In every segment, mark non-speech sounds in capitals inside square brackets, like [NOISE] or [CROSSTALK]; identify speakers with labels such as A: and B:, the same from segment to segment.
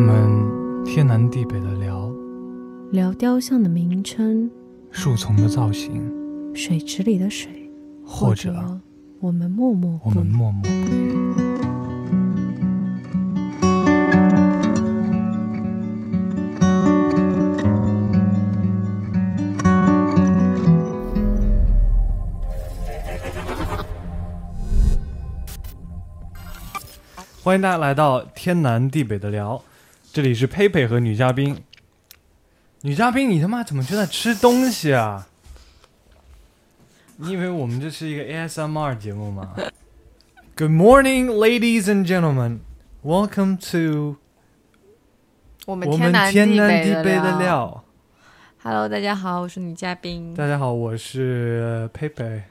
A: 们天南地北的聊，
B: 聊雕像的名称、
A: 树丛的造型，
B: 水池里的水，
A: 或
B: 者
A: 者
B: 我们默默
A: 我
B: 不
A: 们
B: 语。
A: 默默不语。欢迎大家来到天南地北的聊，这里是佩佩和女嘉宾。女嘉宾，你他妈怎么就在吃东西啊？你以为我们这是一个 ASMR 节目吗？Good morning, ladies and gentlemen. Welcome to
C: 我们
A: 我
C: 天
A: 们
C: 南
A: 天南地
C: 地
A: 北
C: 的
A: 的。料。
C: Hello，大家好，我是女嘉宾。
A: 大家好，我是佩佩。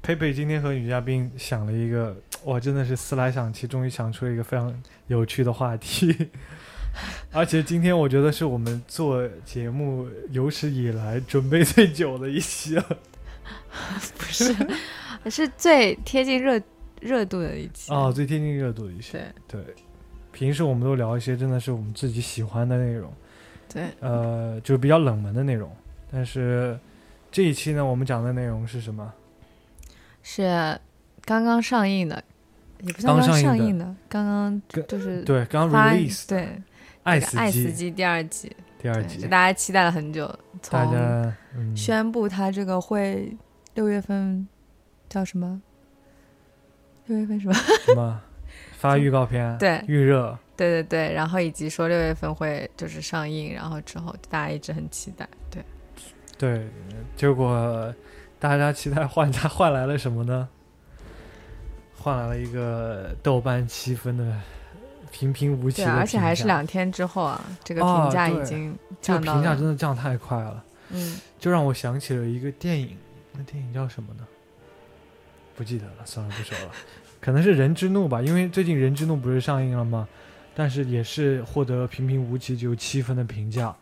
A: 佩佩今天和女嘉宾想了一个，哇，真的是思来想去，终于想出了一个非常有趣的话题。 [LAUGHS] 而且今天我觉得是我们做节目有史以来准备最久的一期 [LAUGHS] 了。
C: 不是， [LAUGHS] 是最贴近热热度的一期。
A: 哦，最贴近热度的一些。
C: 对
A: 对，平时我们都聊一些真的是我们自己喜欢的内容，
C: 对，
A: 呃，就比较冷门的内容。但是这一期呢，我们讲的内容是什么？
C: 是刚刚上映的，也不算
A: 刚
C: 刚
A: 上映
C: 上
A: 的
C: 映的，刚刚
A: 跟
C: 就是
A: 对，刚
C: 发
A: release
C: 对
A: 爱
C: 这
A: 死
C: 个爱死
A: 机
C: 机》第二季，
A: 第二
C: 对，
A: 集
C: 就，大家期待了很久，
A: 大
C: 从
A: 家嗯，
C: 宣布它这个会六月份叫什么？六月份什么？
A: 什么发预告片？
C: [LAUGHS] 对
A: 预热。
C: 对对对，然后以及说六月份会就是上映，然后之后大家一直很期待，对。
A: 对，结果大家期待换家换来了什么呢？换来了一个豆瓣七分的平平无奇
C: 对
A: 的
C: 啊，而且
A: 评价
C: 还是两天之后啊，这个
A: 哦
C: 评价
A: 对
C: 已经
A: 这个
C: 降到
A: 评价
C: 了。
A: 真的降太快了，
C: 嗯，
A: 就让我想起了一个电影，那电影叫什么呢？不记得了，算了，不说了， [LAUGHS] 可能是《人之怒》吧，因为最近《人之怒》不是上映了吗？但是也是获得平平无奇，只有七分的评价。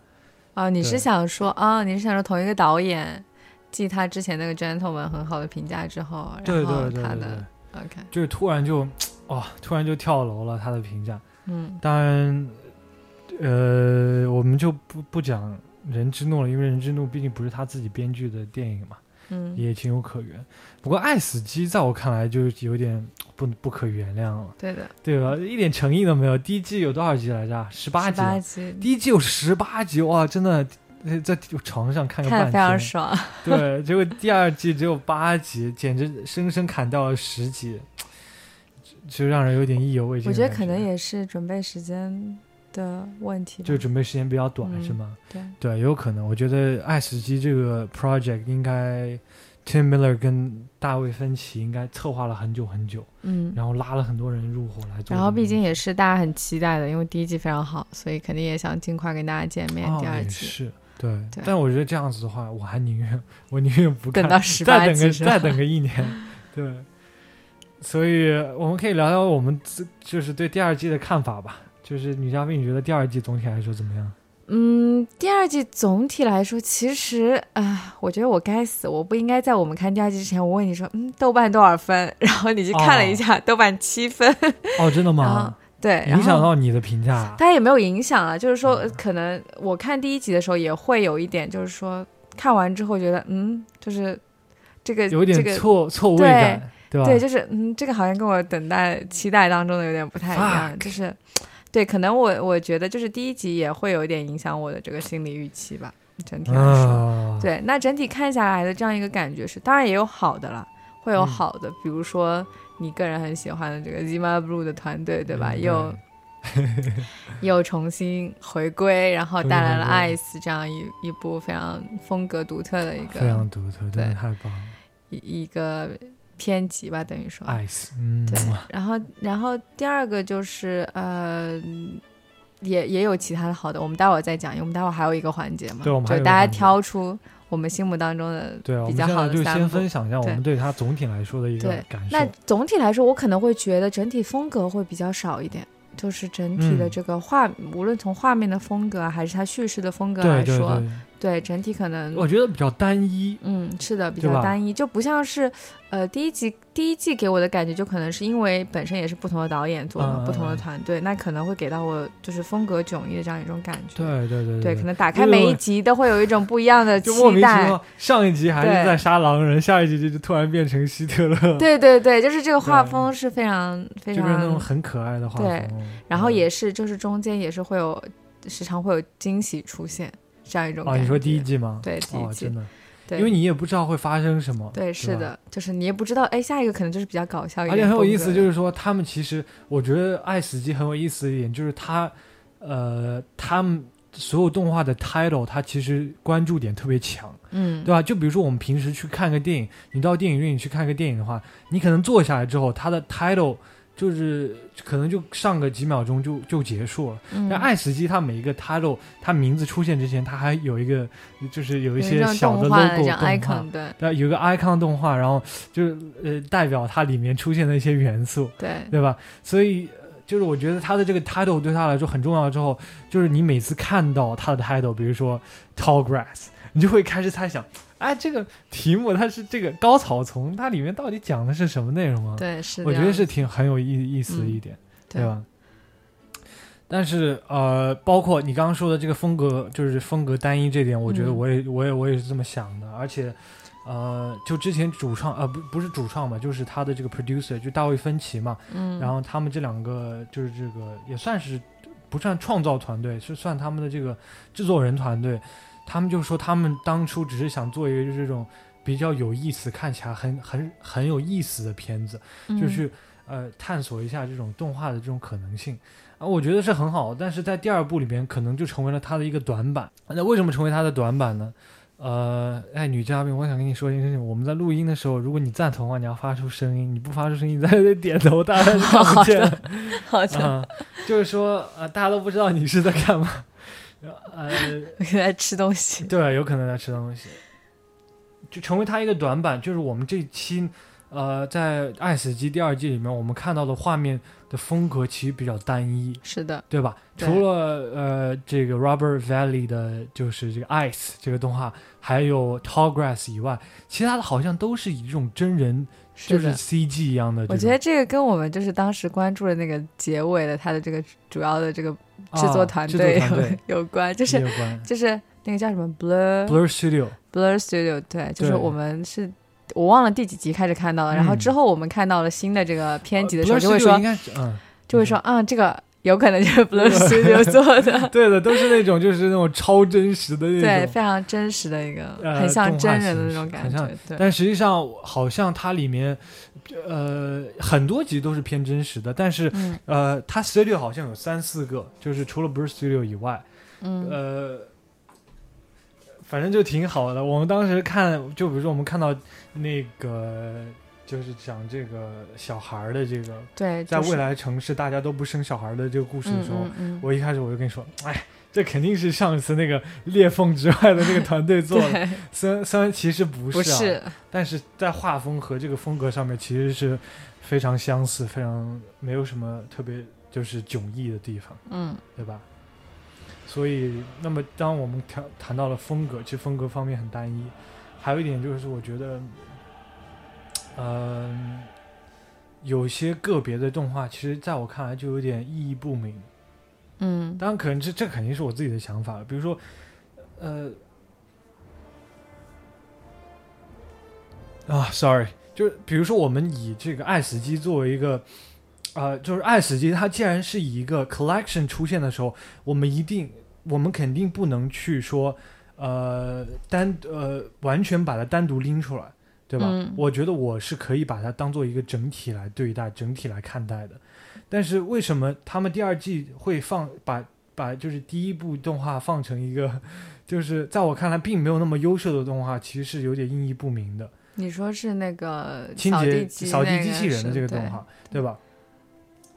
C: 哦，你
A: 对
C: 是想说啊、哦？你是想说同一个导演继他之前那个《gentleman》很好的评价之后，
A: 对对
C: 然后
A: 对
C: 他
A: 对
C: 的
A: 对，
C: OK，
A: 就是突然就，哦，突然就跳楼了他的评价。
C: 嗯，
A: 当然，呃，我们就不不讲《人之怒》了，因为《人之怒》毕竟不是他自己编剧的电影嘛。
C: 嗯，
A: 也情有可原。不过爱死机在我看来就是有点不不可原谅了，
C: 对的，
A: 对吧？一点诚意都没有。第一季有多少集来着？十八集啊。
C: 八集
A: 第一季有十八集，哇，真的呃在床上看个
C: 看
A: 半
C: 得非常
A: 天。
C: 爽，
A: 对，结果第二季只有八集，简直生生砍掉了十集，就就让人有点意犹未尽
C: 我
A: 的
C: 觉
A: 感觉。
C: 得可能也是准备时间的问题吧。
A: 就准备时间比较短，
C: 嗯
A: 是吗？
C: 对
A: 对，有可能。我觉得爱死机这个 project 应该 Tim Miller 跟大卫芬奇应该策划了很久很久，
C: 嗯，
A: 然后拉了很多人入伙来做这个东西。
C: 然后毕竟也是大家很期待的，因为第一季非常好，所以肯定也想尽快跟大家见面。
A: 哦
C: 第二
A: 也
C: 季
A: 是对，
C: 对
A: 但我觉得这样子的话，我还宁愿我宁愿不看
C: 等到十
A: 再
C: 八
A: 等
C: 集
A: 个
C: 之后
A: 再等个一年，对。所以我们可以聊聊我们自就是对第二季的看法吧。就是女嘉宾，你觉得第二季总体来说怎么样？
C: 嗯，第二季总体来说，其实啊、唉我觉得我该死，我不应该在我们看第二季之前，我问你说，嗯，豆瓣多少分？然后你去看了一下，豆瓣
A: [LAUGHS]
C: 七分，
A: 哦，真的
C: 然
A: 吗
C: 后？对，然
A: 影响
C: 后
A: 到你嗯的评价啊？
C: 它也没有影响了，就是说，呃可能我看第一集的时候也会有一点，就是说看完之后觉得，嗯，就是这个
A: 有
C: 这
A: 点
C: 个。
A: 错错位
C: 对
A: 感，对吧？
C: 对，就是嗯，这个好像跟我等待期待当中的有点不太一样
A: Fuck
C: 就是，对，可能我我觉得就是第一集也会有一点影响我的这个心理预期吧，整体来说。
A: 啊，
C: 对，那整体看下来的这样一个感觉是，当然也有好的啦，会有
A: 嗯
C: 好的，比如说你个人很喜欢的这个 Zima Blue 的团队，对吧？
A: 嗯
C: 又 [LAUGHS]
A: [LAUGHS]
C: 又重新回归，然后
A: 重新
C: 带来
A: 回
C: 了《
A: 归
C: Ice》这样一一部非常风格独特的一
A: 非常
C: 个
A: 独特，真的
C: 对
A: 太棒了。
C: 一一个篇集吧，等于说。
A: Ice，嗯，
C: 对
A: 哇，
C: 然后，然后第二个就是呃，也也有其他的好的，我们待会儿再讲，因为我们待会儿还有一个环节嘛，
A: 对我们还有
C: 就
A: 一个
C: 大家
A: 环节
C: 挑出我们心目当中的
A: 对啊，我
C: 比
A: 们
C: 较
A: 现
C: 好
A: 在
C: 的
A: 就
C: 三
A: 先
C: 部
A: 分享一下我
C: 对
A: 们对它总体来说的一个
C: 对
A: 感受。
C: 那总体来说，我可能会觉得整体风格会比较少一点，就是整体的
A: 嗯
C: 这个画，无论从画面的风格啊还是它叙事的风格
A: 对
C: 来
A: 对
C: 说，
A: 对，
C: 嗯对整体可能
A: 我觉得比较单一。
C: 嗯，是的，比
A: 对
C: 较
A: 吧
C: 单一，就不像是，呃，第一集第一季给我的感觉，就可能是因为本身也是不同的导演做的嘛，
A: 嗯嗯
C: 不同
A: 嗯
C: 的团队，那可能会给到我就是风格迥异的这样一种感觉。
A: 对对对
C: 对，可能打开
A: 因为
C: 每
A: 我
C: 一集都会有一种不一样的期
A: 就莫名其
C: 待。
A: 妙，上一集还是
C: 对
A: 在杀狼人，下一集就就突然变成希特勒，就
C: 对对对，就是这个画
A: 对
C: 风是非常非
A: 变成那种
C: 常，
A: 很可爱的画风。
C: 对
A: 嗯
C: 然后也是就是中间也是会有时常会有惊喜出现这样一种
A: 哦，
C: 感
A: 你说第一
C: 觉
A: 季吗？
C: 对第一
A: 哦，
C: 季
A: 真的，
C: 对，
A: 因为你也不知道会发生什么。
C: 对是
A: 吧。
C: 的，就是你也不知道，哎，下一个可能就是比较搞笑一
A: 而
C: 点，
A: 且很有意思，就是说他们其实，我觉得《爱死机》很有意思的一点就是他，呃，他们所有动画的 title，它其实关注点特别强，
C: 嗯
A: 对，吧？就比如说我们平时去看个电影，你到电影院你去看个电影的话，你可能坐下来之后，它的 title 就是可能就上个几秒钟就就结束了。
C: 嗯
A: 但《爱死机》它每一个 title，它名字出现之前，它还有一个就是有
C: 有
A: 一
C: 这
A: 些
C: 种
A: 小的
C: 动画
A: logo
C: 这样
A: 动画
C: icon 对
A: 对，有一个 icon 动画，然后就是呃代表它里面出现的一些元素， [LAUGHS]
C: 对
A: 对吧？所以呃就是我觉得它的这个 title 对他来说很重要。之后就是你每次看到它的 title，比如说 tall grass，你就会开始猜想，哎，这个题目它是这个高草丛，它里面到底讲的是什么内容啊？
C: 对是的，嗯
A: 我觉得是挺很有意意思的一点，
C: 对
A: 对吧？但是呃，包括你刚刚说的这个风格，就是风格单一这点，我觉得
C: 嗯
A: 我也、我也我也是这么想的。而且，呃，就之前主创呃不不是主创吧，就是他的这个 producer 就大卫芬奇嘛，
C: 嗯，
A: 然后他们这两个就是这个也算是不算创造团队，是算他们的这个制作人团队。他们就说他们当初只是想做一个就是这种比较有意思、看起来很很很有意思的片子，就
C: 嗯
A: 是呃探索一下这种动画的这种可能性啊，我觉得是很好。但是在第二部里边，可能就成为了他的一个短板。那为什么成为他的短板呢？呃，哎，女嘉宾，我想跟你说一件事情。我们在录音的时候，如果你赞同的话，你要发出声音；你不发出声音，你在这点头，大家就看不见了
C: 好
A: 啊、
C: 的，
A: 就是说，呃，大家都不知道你是在干嘛。呃，
C: 我给他吃东西，
A: 对，有可能在吃东西，就成为他一个短板。就是我们这一期，呃，在《爱死机》第二季里面，我们看到的画面的风格其实比较单一，
C: 是的，
A: 对吧？
C: 对
A: 除了呃这个 Rubber Valley 的，就是这个 Ice 这个动画，还有 Tall Grass 以外，其他的好像都是以这种真人，就是是
C: 的。
A: CG 一样的这种。
C: 我觉得这个跟我们就是当时关注的那个结尾的他的这个主要的这个制作团队
A: 啊、制作团队
C: 有有关， [LAUGHS] 就是呃
A: 也有关。
C: 就是那个叫什么 Blur
A: Blur Studio，
C: Blur Studio，对，就是
A: 对
C: 我们是。我忘了第几集开始看到的，然后
A: 嗯呃
C: 之后我们看到了新的这个片集的时候，
A: Blur
C: 就会
A: Studio 应
C: 说，
A: 该是嗯，
C: 就会说，啊，这个有可能就是
A: [LAUGHS]
C: Blur Studio 做的，
A: 对的，都是那种就是那种超真实的那种。
C: 对，非常真实的一个，
A: 呃
C: 很像
A: 动画
C: 真人的
A: 形
C: 那种
A: 式
C: 感
A: 很
C: 觉
A: 像，
C: 对，
A: 但实际上，好像它里面，呃，很多集都是偏真实的，但是
C: 嗯
A: 呃，它 studio 好像有三四个，就是除了 Blur Studio 以外，
C: 嗯
A: 呃，反正就挺好的。我们当时看，就比如说我们看到那个，就是讲这个小孩儿的这个，
C: 对，
A: 在
C: 就是
A: 未来城市大家都不生小孩儿的这个故事的时候，
C: 嗯嗯嗯、
A: 我一开始我就跟你说，哎。这肯定是上一次那个裂缝之外的那个团队做的，
C: [LAUGHS] 对，
A: 虽然虽然其实不是、啊，
C: 不是，
A: 但是在画风和这个风格上面其实是非常相似，非常没有什么特别就是迥异的地方，
C: 嗯，
A: 对吧？所以，那么当我们谈谈到了风格，其实风格方面很单一，还有一点就是我觉得，嗯、有些个别的动画，其实在我看来就有点意义不明。
C: 嗯，
A: 当然，可能这这肯定是我自己的想法了。比如说，呃，啊，sorry，就是比如说我们以这个《爱死机》作为一个，呃，就是《爱死机》，它既然是以一个 collection 出现的时候，我们一定，我们肯定不能去说，呃，单呃完全把它单独拎出来。对吧？
C: 嗯
A: 我觉得我是可以把它当做一个整体来对待、整体来看待的。但是为什么他们第二季会放把把就是第一部动画放成一个， [LAUGHS] 就是在我看来并没有那么优秀的动画，其实是有点意义不明的。
C: 你说是那个
A: 清
C: 扫
A: 洁
C: 地机
A: 扫地
C: 那
A: 机器人的
C: 是嗯
A: 这个动，画，对吧？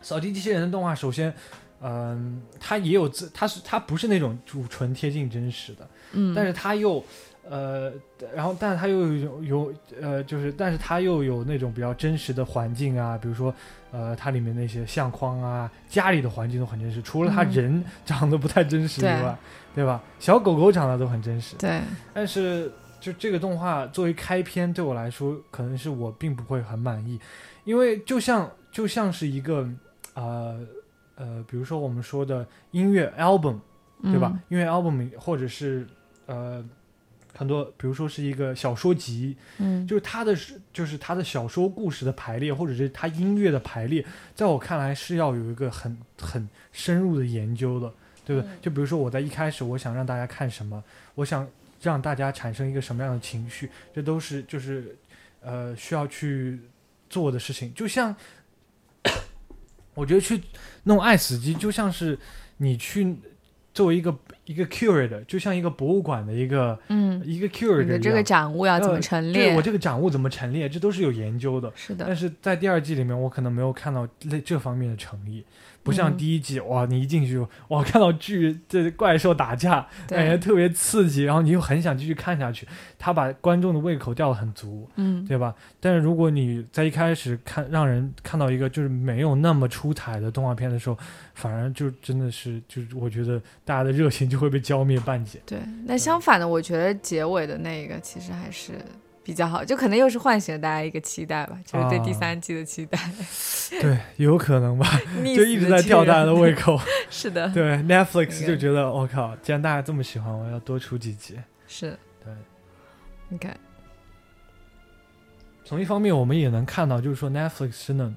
A: 扫地机器人的动画，首先，嗯、它也有自，它是它不是那种就纯贴近真实的，
C: 对嗯，
A: 但是它又，呃，然后但是它又有有呃，就是但是它又有那种比较真实的环境啊，比如说呃，它里面那些相框啊，家里的环境都很真实，除了它
C: 嗯
A: 人长得不太真实以
C: 对
A: 外，对吧？小狗狗长得都很真实，
C: 对，
A: 但是就这个动画作为开篇，对我来说，可能是我并不会很满意，因为就像就像是一个呃呃，比如说我们说的音乐 album，对
C: 嗯
A: 吧？音乐 album 或者是呃很多，比如说是一个小说集，
C: 嗯？嗯，
A: 就是它的是就是它的小说故事的排列，或者是它音乐的排列，在我看来是要有一个很很深入的研究的，对不对？
C: 嗯
A: 就比如说我在一开始我想让大家看什么，我想让大家产生一个什么样的情绪，这都是就是呃需要去做的事情。就像我觉得去弄爱死机，就像是你去作为一个一个 curator，就像一个博物馆的一个
C: 嗯，
A: 一个
C: 你
A: curator
C: 的
A: 一
C: 这个
A: 样。
C: 展物要怎么
A: 呃
C: 陈
A: 对
C: 列
A: 我？哎这个展物怎么陈列，这都是有研究的。
C: 是
A: 但
C: 的，
A: 是在第二季里面，我可能没有看到这这方面的诚意，不像
C: 嗯
A: 第一季，哇，你一进去就，哇，看到巨这怪兽打架，感觉
C: 对，
A: 特别刺激，然后你又很想继续看下去。他把观众的胃口吊得很足，
C: 嗯，
A: 对吧？但是如果你在一开始看让人看到一个就是没有那么出彩的动画片的时候，反而就真的是就是我觉得大家的热情就会被浇灭半截。
C: 对。那相反的，我觉得结尾的那个其实还是比较好，就可能又是唤醒了大家一个期待吧，就是对第
A: 啊
C: 三季的期待，
A: 对，有可能吧，
C: 溺
A: [LAUGHS] 就
C: 死
A: 一直
C: 的
A: 在
C: 巨
A: 吊
C: 人
A: 大家的胃口。
C: [LAUGHS] 是 [LAUGHS] 的，
A: 对，Netflix 就
C: 那个
A: 觉得我、靠，既然大家这么喜欢，我要多出几集。
C: 是，
A: 对，
C: 你
A: [LAUGHS]
C: 看，
A: 从一方面我们也能看到，就是说 Netflix 真的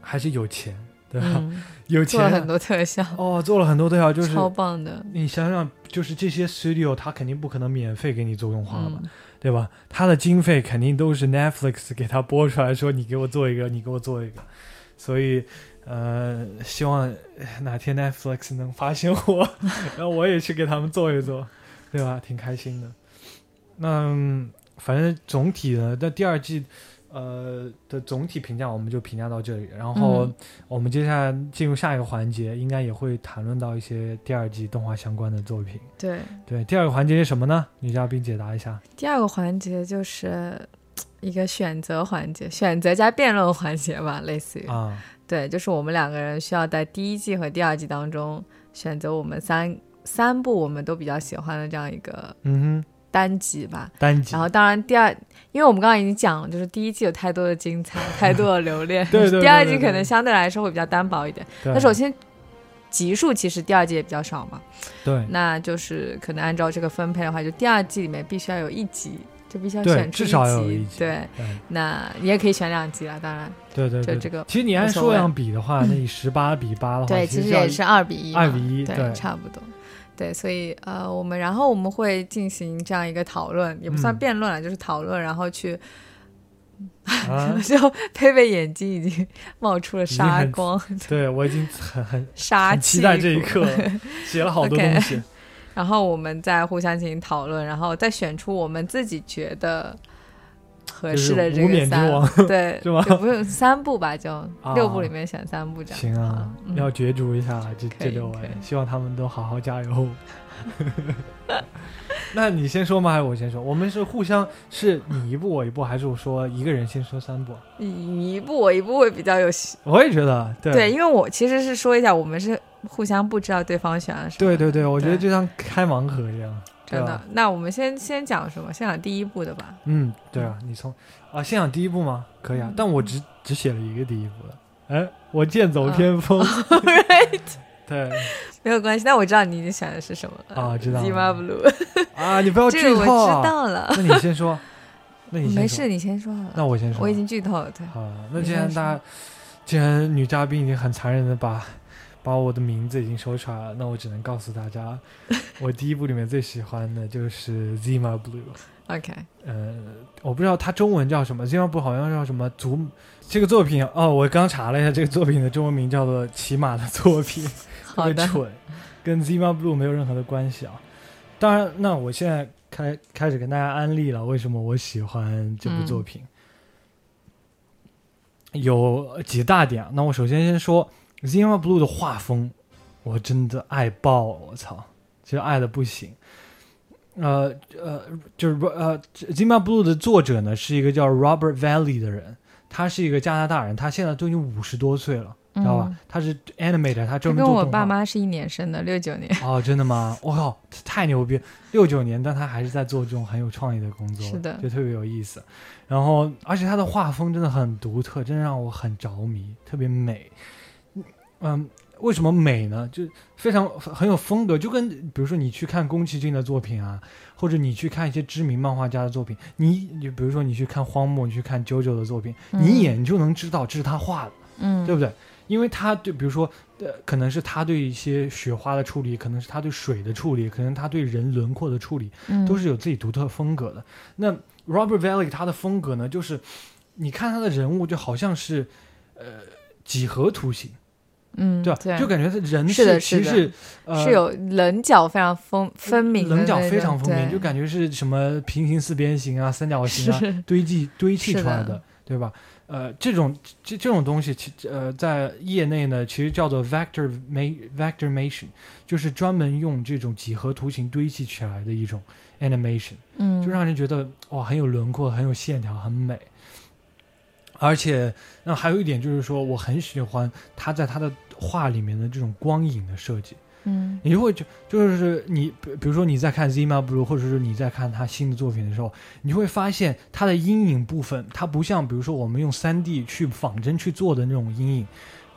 A: 还是有钱，对吧？
C: 嗯，
A: [LAUGHS] 有
C: 做了很
A: 钱
C: 多特效，
A: 哦，做了很多特效，就是
C: 超棒的，
A: 你想想，就是这些 studio 它肯定不可能免费给你做动画吧，
C: 嗯，
A: 对吧？它的经费肯定都是 Netflix 给它拨出来说，你给我做一个，你给我做一个，所以。呃，希望呃哪天 Netflix 能发现
C: [LAUGHS]
A: 我，然后我也去给他们做一做，对吧？挺开心的。那嗯反正总体呢，但第二季，呃的总体评价我们就评价到这里。然后
C: 嗯
A: 我们接下来进入下一个环节，应该也会谈论到一些第二季动画相关的作品。
C: 对。
A: 对，第二个环节是什么呢？女嘉宾解答一下。
C: 第二个环节就是一个选择环节，选择加辩论环节吧，类似于。
A: 啊，
C: 对，就是我们两个人需要在第一季和第二季当中选择我们三三部我们都比较喜欢的这样一个
A: 嗯哼，
C: 单集吧。
A: 单集
C: 然。后，当然第二，因为我们刚刚已经讲了，就是第一季有太多的精彩，太多的留恋。
A: [LAUGHS] 对对对
C: 第二
A: 对
C: 季
A: 对
C: 可能相对来说会比较单薄一点。
A: 那
C: 那首先，集数其实第二季也比较少嘛，
A: 对
C: 那就是可能按照这个分配的话，就第二季里面必须要有一集，就必须要
A: 对
C: 选出
A: 至少要有一集
C: 对，
A: 对
C: 那你也可以选两集了，当然，
A: 嗯对对对，
C: 就这个
A: 其实你按
C: 无所
A: 数
C: 谓
A: 量比的话，那以十八比八的话，
C: 对，
A: 哦其
C: 其
A: 实
C: 实
A: 要
C: 也是二比一嘛，
A: 2比一对
C: 对，差不多。对，所以呃，我们然后我们会进行这样一个讨论，也不算
A: 嗯
C: 辩论了，啊就是讨论，然后去，，
A: 啊
C: [LAUGHS] 就佩佩眼睛已经冒出了
A: 经
C: 杀
A: 很
C: 光、 [LAUGHS]
A: 对我已经很很
C: 杀
A: 很
C: 气
A: 期
C: 股，
A: 待这一刻了，写了好多
C: OK
A: 东
C: [LAUGHS]
A: 西。
C: 然后我们再互相进行讨论，然后再选出我们自己觉得合适的
A: 就是
C: 这
A: 无冕之
C: 个三，
A: 王 [LAUGHS]
C: 对，
A: 是吗
C: 就不用三部吧，就
A: 啊
C: 六部里面选三部这样。
A: 行啊，
C: 嗯
A: 要角逐一下这
C: 可
A: 这
C: 以
A: 六
C: 可
A: 位，
C: 以
A: 希望他们都好好加油。 [LAUGHS] 那你先说吗？还是我先说？我们是互相是你一步我一步，还是我说一个人先说三步？
C: 你你一部我一部会比较有戏
A: 我也觉得，对
C: 对，因为我其实是说一下，我们是互相不知道对方选了什么。
A: 对对对，我觉得
C: 对
A: 就像开盲盒一样，对啊
C: 真的
A: 吧。
C: 那我们先先讲什么？先讲第一部
A: [LAUGHS]
C: 的吧。
A: 嗯，对啊，你从啊先讲第一步吗？可以啊
C: 嗯，
A: 但我只只写了一个第一步的，哎，我剑走
C: 嗯
A: 偏锋，
C: [LAUGHS] Right，
A: 对
C: 没有关系。那我知道你已经选的是什么了。
A: 啊，知道
C: z i m a
A: 了
C: Blue，
A: 啊，你不要
C: 这
A: 剧
C: 个我
A: 透
C: 知
A: 啊，
C: 道了。
A: 那你先
C: [LAUGHS]
A: 说，那你先
C: 没
A: 说
C: 事，，你先说好了。
A: 那我先说，
C: 我已经剧透了，对。
A: 好，那
C: 你
A: 既
C: 先
A: 然大家，既然女嘉宾已经很残忍的把把我的名字已经说出来了，那我只能告诉大
C: [LAUGHS]
A: 家，我第一部里面最喜欢的就是 Zima Blue。
C: OK，
A: 呃，我不知道它中文叫什么，Zima Blue 好像叫什么祖母。这个作品哦，我刚查了一下，这个作品的中文名叫做《骑马的作品》，特
C: 好
A: 别
C: 的。
A: 蠢，跟 Zima Blue 没有任何的关系啊。当然，那我现在开开始跟大家安利了，为什么我喜欢这
C: 嗯
A: 部作品，有几大点啊。那我首先先说 Zima Blue 的画风，我真的爱爆，我操，就爱的不行。呃呃，就是呃，《金巴 blue》的作者呢是一个叫 Robert Valley 的人，他是一个加拿大人，他现在都已经五十多岁了，知道吧？
C: 嗯
A: 他是 animator，他
C: 他
A: 专门做
C: 跟
A: 动画。
C: 我爸妈是一年生的，六九年。
A: 哦，真的吗？我靠，太牛逼！六九年，但他还是在做这种很有创意的工作，
C: 是的
A: 就特别有意思。然后，而且他的画风真的很独特，真的让我很着迷，特别美。嗯，为什么美呢？就非常很有风格，就跟比如说你去看宫崎骏的作品啊，或者你去看一些知名漫画家的作品，你你比如说你去看荒木，你去看 JoJo 的作品，你一
C: 嗯
A: 眼就能知道这是他画的。
C: 嗯，
A: 对不对？因为他对，比如说，呃，可能是他对一些雪花的处理，可能是他对水的处理，可能他对人轮廓的处理，
C: 嗯
A: 都是有自己独特风格的。那 Robert Valley 他的风格呢，就是你看他的人物就好像是，呃，几何图形，
C: [LAUGHS] 嗯
A: 对吧？啊
C: 对，
A: 就感觉他人
C: 是的
A: 其实
C: 是的
A: 是呃
C: 是有棱角非常分分明的那
A: 棱角
C: 种，
A: 非常分明，
C: 对
A: 就感觉是什么平行四边形啊、三角形啊
C: 是
A: [LAUGHS] 堆积堆砌
C: 是
A: 出来
C: 的
A: 的，对吧？呃，这种这这种东西，其呃，在业内呢，其实叫做 vector ma vectormation，就是专门用这种几何图形堆砌起来的一种 animation，
C: 嗯，
A: 就让人觉得哇，很有轮廓，很有线条，很美。而且，那还有一点就是说，我很喜欢他在他的画里面的这种光影的设计。
C: 嗯
A: 你就会就就是你，比比如说你在看 Zima Blue，或者是你在看他新的作品的时候，你会发现它的阴影部分，它不像比如说我们用3 D 去仿真去做的那种阴影，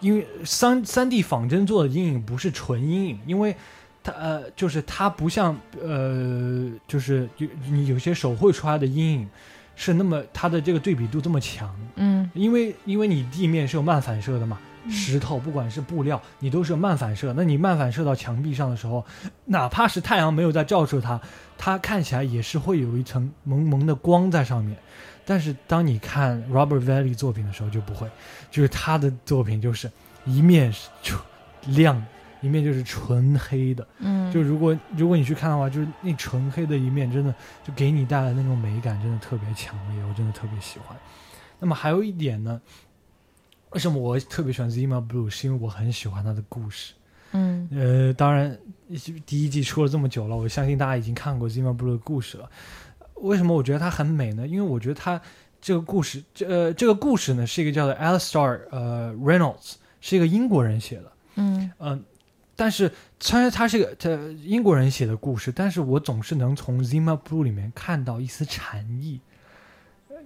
A: 因为三三 D 仿真做的阴影不是纯阴影，因为它呃就是它不像呃就是有你有些手绘出来的阴影是那么它的这个对比度这么强，
C: 嗯
A: 因为因为你地面是有漫反射的嘛，石头不管是布料，你都是有漫反射。那你漫反射到墙壁上的时候，哪怕是太阳没有在照射它，它看起来也是会有一层蒙蒙的光在上面。但是当你看 Robert Valley 作品的时候就不会，就是他的作品就是一面是纯亮，一面就是纯黑的。
C: 嗯，
A: 就如果如果你去看的话，就是那纯黑的一面，真的就给你带来那种美感，真的特别强烈，我真的特别喜欢。那么还有一点呢，为什么我特别喜欢《Zima Blue》，是因为我很喜欢它的故事。
C: 嗯
A: 呃，当然，第一季出了这么久了，我相信大家已经看过《Zima Blue》的故事了。为什么我觉得它很美呢？因为我觉得它这个故事，这、呃、这个故事呢，是一个叫做 Alistair 呃 Reynolds，是一个英国人写的。
C: 嗯
A: 嗯，但是虽然它是个他英国人写的故事，但是我总是能从 Zima Blue 里面看到一丝禅意。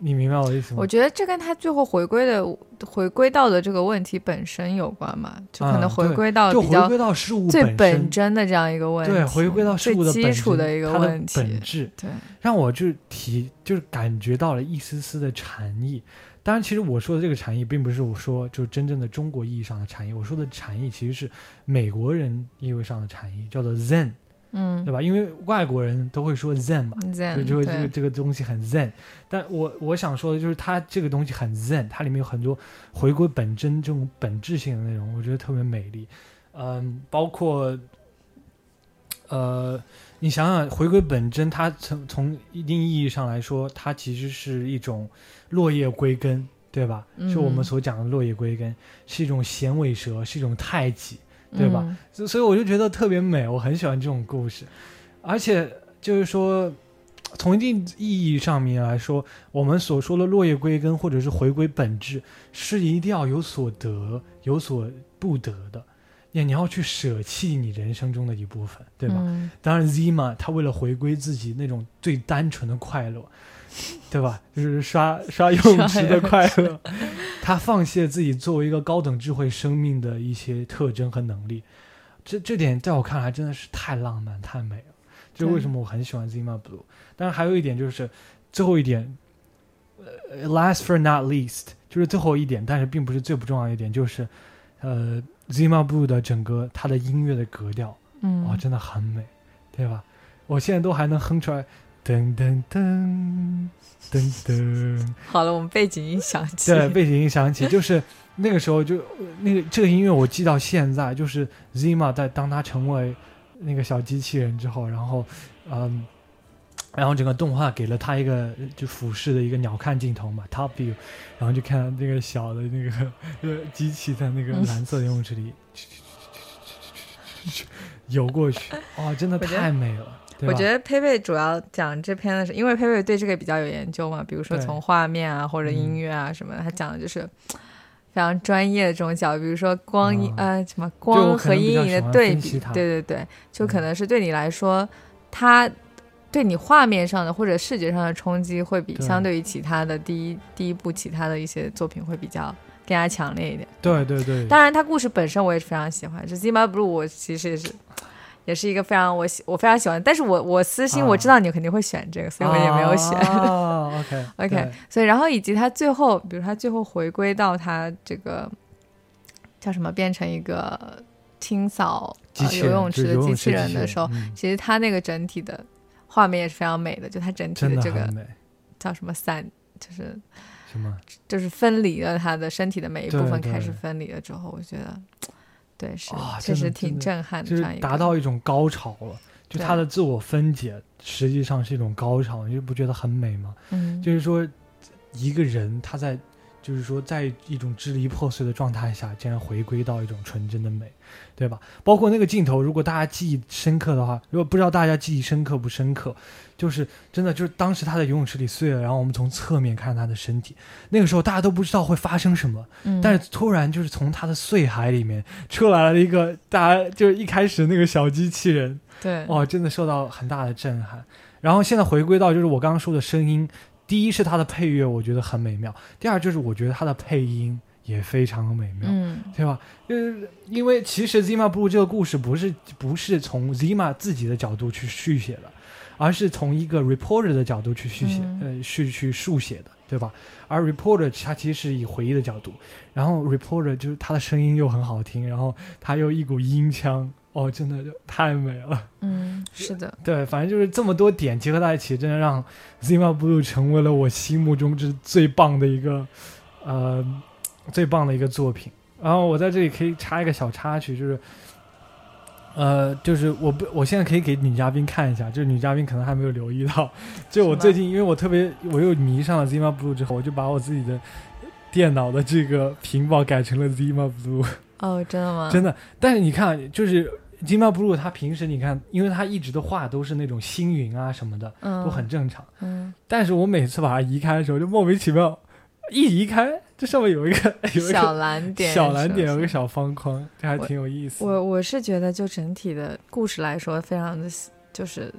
A: 你明白我的意思吗
C: 我？觉得这跟他最后回归的回归到的这个问题本身有关嘛，就可
A: 啊
C: 能回
A: 对
C: 归到
A: 就
C: 比
A: 回
C: 较
A: 归到事物
C: 最
A: 本
C: 本
A: 身，
C: 真的这样一个问题，
A: 对，回归到事物的
C: 最
A: 本
C: 基础
A: 身
C: 的一个
A: 它的
C: 问题
A: 本质，
C: 对，
A: 让我就体就是感觉到了一丝丝的禅意。当然，其实我说的这个禅意，并不是我说就真正的中国意义上的禅意，我说的禅意其实是美国人意味上的禅意，叫做 Zen，
C: 嗯
A: 对，吧？因为外国人都会说 Zen 嘛，
C: 这样
A: 就就会这个
C: 对，
A: 这个东西很 zen，但我我想说的就是它这个东西很 zen，它里面有很多回归本真这种本质性的内容，我觉得特别美丽。嗯，包括呃，你想想回归本真，它从从一定意义上来说，它其实是一种落叶归根，对吧？是我们
C: 嗯
A: 所讲的落叶归根，是一种衔尾蛇，是一种太极。对
C: 嗯
A: 吧所所以我就觉得特别美，我很喜欢这种故事，而且就是说，从一定意义上面来说，我们所说的落叶归根或者是回归本质，是一定要有所得，有所不得的。也你要去舍弃你人生中的一部分，对
C: 嗯？
A: 吧？
C: 嗯
A: 当然，Zima 他为了回归自己那种最单纯的快 [LAUGHS] 乐，对吧？就是刷刷泳池的快乐，他放弃了自己作为一个高等智慧生命的一些特征和能力，这这点在我看来真的是太浪漫、太美了。这是为什么我很喜欢 Zima Blue。但是还有一点就是，最后一点，呃，last for not least，就是最后一点，但是并不是最不重要的一点，就是，呃，Zima Blue 的整个它的音乐的格调。
C: 嗯
A: 哇，真的很美，对吧？我现在都还能哼出来，噔噔噔噔噔，
C: 好了，我们背景音响起， [LAUGHS]
A: 对，背景音响起，就是那个时候就那个这个音乐我记到现在，就是 Zima 在当他成为那个小机器人之后，然后嗯。然后整个动画给了他一个就俯视的一个鸟瞰镜头嘛，top view，然后就看到那个小的那个 [LAUGHS] 呃机器在那个
C: 嗯
A: 蓝色的游泳池里游过去，哇、真的
C: 我觉得
A: 太美了。对吧
C: 我觉得佩佩主要讲这篇的是，因为佩佩对这个比较有研究嘛，比如说
A: 对
C: 从画面啊或者音乐啊什么的，他讲的就是非常专业的这种角度，比如说光影、
A: 嗯
C: 呃什么
A: 就我可
C: 光和
A: 能比
C: 阴
A: 较
C: 影
A: 喜
C: 的
A: 欢
C: 对
A: 分
C: 比
A: 析它，
C: 对对对，就可
A: 嗯
C: 能是对你来说，它对你画面上的或者视觉上的冲击会比
A: 对
C: 相对于其他的第一第一部其他的一些作品会比较更加强烈一点。
A: 对对对，
C: 当然，它故事本身我也是非常喜欢，就《Zima Blue》，我其实也是。也是一个非常我喜我非常喜欢，但是我我私心
A: 啊
C: 我知道你肯定会选这个，所以我也没有选。
A: [LAUGHS] 啊
C: [LAUGHS]
A: OK
C: OK，
A: 对
C: 所以然后以及他最后，比如他最后回归到他这个叫什么，变成一个清扫、
A: 机
C: 呃、
A: 器
C: 游
A: 人
C: 泳
A: 就
C: 池的
A: 游
C: 机
A: 泳
C: 器
A: 池
C: 人的时候，
A: 嗯
C: 其实他那个整体的画面也是非常美的，就它整体
A: 真的
C: 这个
A: 很美，
C: 叫什么散，就是
A: 什么
C: 就是分离了他的身体的每一部分
A: 对
C: 开始
A: 对
C: 分离了之后，我觉得，对是、
A: 啊
C: 确
A: 真
C: 实
A: 的
C: 挺
A: 真的
C: 震撼的
A: 就
C: 这
A: 是
C: 样一个，
A: 达到一种高潮了，就
C: 对
A: 它的自我分解实际上是一种高潮，你就不觉得很美吗？
C: 嗯
A: 就是说，一个人他在，就是说，在一种支离破碎的状态下，竟然回归到一种纯真的美，对吧？包括那个镜头，如果大家记忆深刻的话，如果不知道大家记忆深刻不深刻，就是真的就是当时他在游泳池里碎了，然后我们从侧面看他的身体，那个时候大家都不知道会发生什么，
C: 嗯
A: 但是突然就是从他的碎骸里面出来了一个大家就是一开始那个小机器人，
C: 对
A: 哇，真的受到很大的震撼。然后现在回归到就是我刚刚说的声音，第一是它的配乐，我觉得很美妙；第二就是我觉得它的配音也非常美妙，
C: 嗯
A: 对吧？就是因为其实 Zima Blue 这个故事不是不是从 Zima 自己的角度去续写的，而是从一个 reporter 的角度去续写，
C: 嗯
A: 呃，去去述写的，对吧？而 reporter 他其实是以回忆的角度，然后 reporter 就是他的声音又很好听，然后他又一股音腔，哦，真的就太美了。
C: 嗯是的，
A: 对，反正就是这么多点结合在一起，真的让 Zima Blue 成为了我心目中之最棒的一个，呃，最棒的一个作品。然后我在这里可以插一个小插曲，就是，呃，就是我不，我现在可以给女嘉宾看一下，就是女嘉宾可能还没有留意到，就我
C: 什么
A: 最近因为我特别我又迷上了 Zima Blue 之后，我就把我自己的电脑的这个屏保改成了 Zima Blue。
C: 哦真的吗？
A: 真的。但是你看，就是金毛哺乳，它平时你看，因为它一直的画都是那种星云啊什么的，
C: 嗯
A: 都很正常。
C: 嗯
A: 但是我每次把它移开的时候，就莫名其妙一移开，这上面有一个 [LAUGHS] [LAUGHS] 有一
C: 小
A: 个
C: 蓝点
A: 小蓝点，
C: 是
A: 有
C: 不
A: 个
C: 是
A: 小方框，这还挺有意思。
C: 我我是觉得，就整体的故事来说，非常的，就是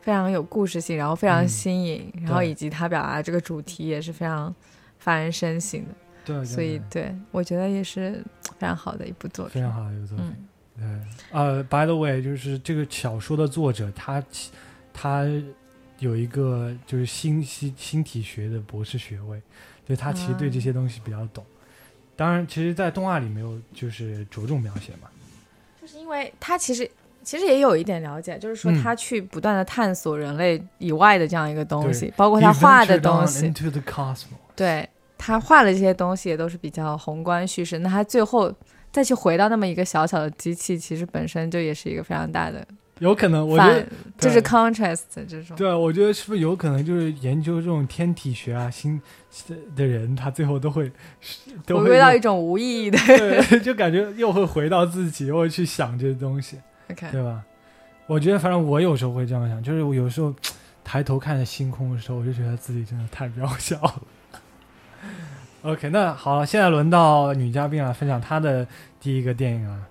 C: 非常有故事性，然后非常
A: 嗯
C: 新颖，然后
A: 对
C: 以及他表达的这个主题也是非常发人深省的，
A: 对，对
C: 所以
A: 对
C: 对我觉得也是非常好的一部作品。
A: 非常好，有作品。
C: 嗯
A: 对，呃，by the way，就是这个小说的作者，他其他有一个就是星系星体学的博士学位，就他其实对这些东西比较懂。当然，其实，在动画里没有就是着重描写嘛。
C: 就是因为他其实其实也有一点了解，就是说
A: 嗯
C: 他去不断的探索人类以外的这样一个东
A: 对
C: 西，包括他画的东
A: He
C: 西
A: ventured on，into the cosmos，
C: 对他画的这些东西也都是比较宏观叙事。那他最后再去回到那么一个小小的机器，其实本身就也是一个非常大的
A: 有可能，我觉
C: 反
A: 得，
C: 就
A: 对
C: 是 contrast 这种。
A: 对，啊我觉得是不是有可能就是研究这种天体学啊、星的人，他最后都会都
C: 回
A: 会
C: 归到一种无意义的
A: 对， [LAUGHS] 就感觉又会回到自己，又会去想这些东西。
C: OK，
A: 对吧？我觉得反正我有时候会这样想，就是我有时候抬头看着星空的时候，我就觉得自己真的太渺小了。OK，那好，现在轮到女嘉宾来分享她的第一个电影了。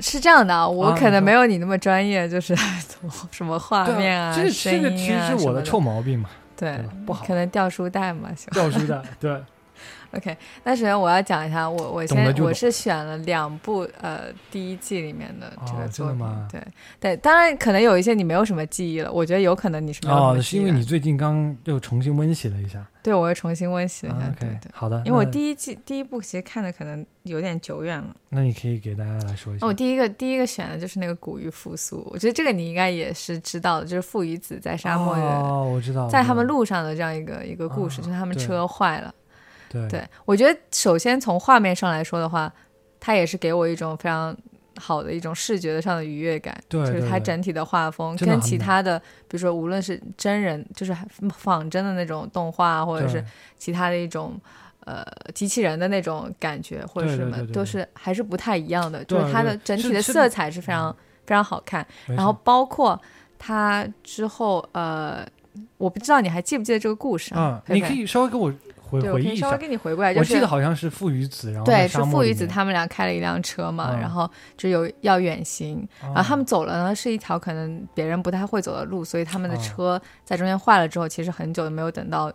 C: 是这样的啊，我
A: 啊
C: 可
A: 你说
C: 能没有你那么专业，就是 [LAUGHS] 从什么画
A: 对
C: 面啊、
A: 这
C: 声
A: 这
C: 音
A: 个
C: 啊
A: 其实是
C: 什
A: 我
C: 么的
A: 臭毛
C: [LAUGHS]
A: 病嘛，
C: 对
A: 对吧，不好
C: 可能掉书袋嘛，喜欢。
A: 掉书袋。
C: [LAUGHS]
A: 对，
C: OK，那首先我要讲一下，我我
A: 懂得
C: 先
A: 就
C: 我
A: 懂
C: 是选了两部呃第一季里面的这
A: 哦
C: 个
A: 真
C: 作
A: 的
C: 品，
A: 吗
C: 对对，当然可能有一些你没有什么记忆了，我觉得有可能你是没啊有什
A: 哦，
C: 么
A: 是
C: 记忆
A: 因
C: 的，
A: 为你最近刚又重新温习了一下。
C: 对我又重新温习了一下，
A: 啊
C: 对
A: OK，
C: 对，
A: 好的。
C: 因为我
A: 那
C: 第一季第一部其实看的可能有点久远了，
A: 那你可以给大家来说一
C: 那
A: 下
C: 哦我。第一个第一个选的就是那个古玉复苏，我觉得这个你应该也是知道的，就是父与子在沙漠的、
A: 哦，我知道，
C: 在他
A: 我
C: 们
A: 知道
C: 路上的这样一个一个故事，
A: 啊
C: 就是他们
A: 对
C: 车坏了。
A: 对
C: 对我觉得，首先从画面上来说的话，它也是给我一种非常好的一种视觉上的愉悦感。
A: 对
C: 就
A: 对
C: 是它
A: 对
C: 整体的画风
A: 真的
C: 跟
A: 很
C: 其
A: 美
C: 他的，比如说无论是真人，就是仿真的那种动画啊，或者
A: 对
C: 是其他的一种呃机器人的那种感觉，或者
A: 对
C: 什
A: 对
C: 么，
A: 对对
C: 都
A: 对
C: 是还是不太一样的。
A: 对
C: 就是它
A: 对
C: 的整
A: 是
C: 体的
A: 是
C: 色彩是非常非常好看，
A: 没
C: 然后
A: 错
C: 包括他之后呃，我不知道你还记不记得这个故事
A: 嗯
C: 啊？，
A: 你
C: 佩佩
A: 可以稍微给我回
C: 对，我
A: 回
C: 可
A: 忆一
C: 以稍微
A: 下。
C: 给你回过来，就
A: 我
C: 是
A: 记得好像是父与子，然后
C: 对，
A: 在
C: 是
A: 沙
C: 父
A: 漠里
C: 与
A: 面
C: 子他们俩开了一辆车嘛，
A: 嗯
C: 然后就有要远行，然
A: 啊
C: 后他们走了呢是一条可能别人不太会走的路，所以他们的
A: 啊
C: 车在中间坏了之后，其实很久都没有等到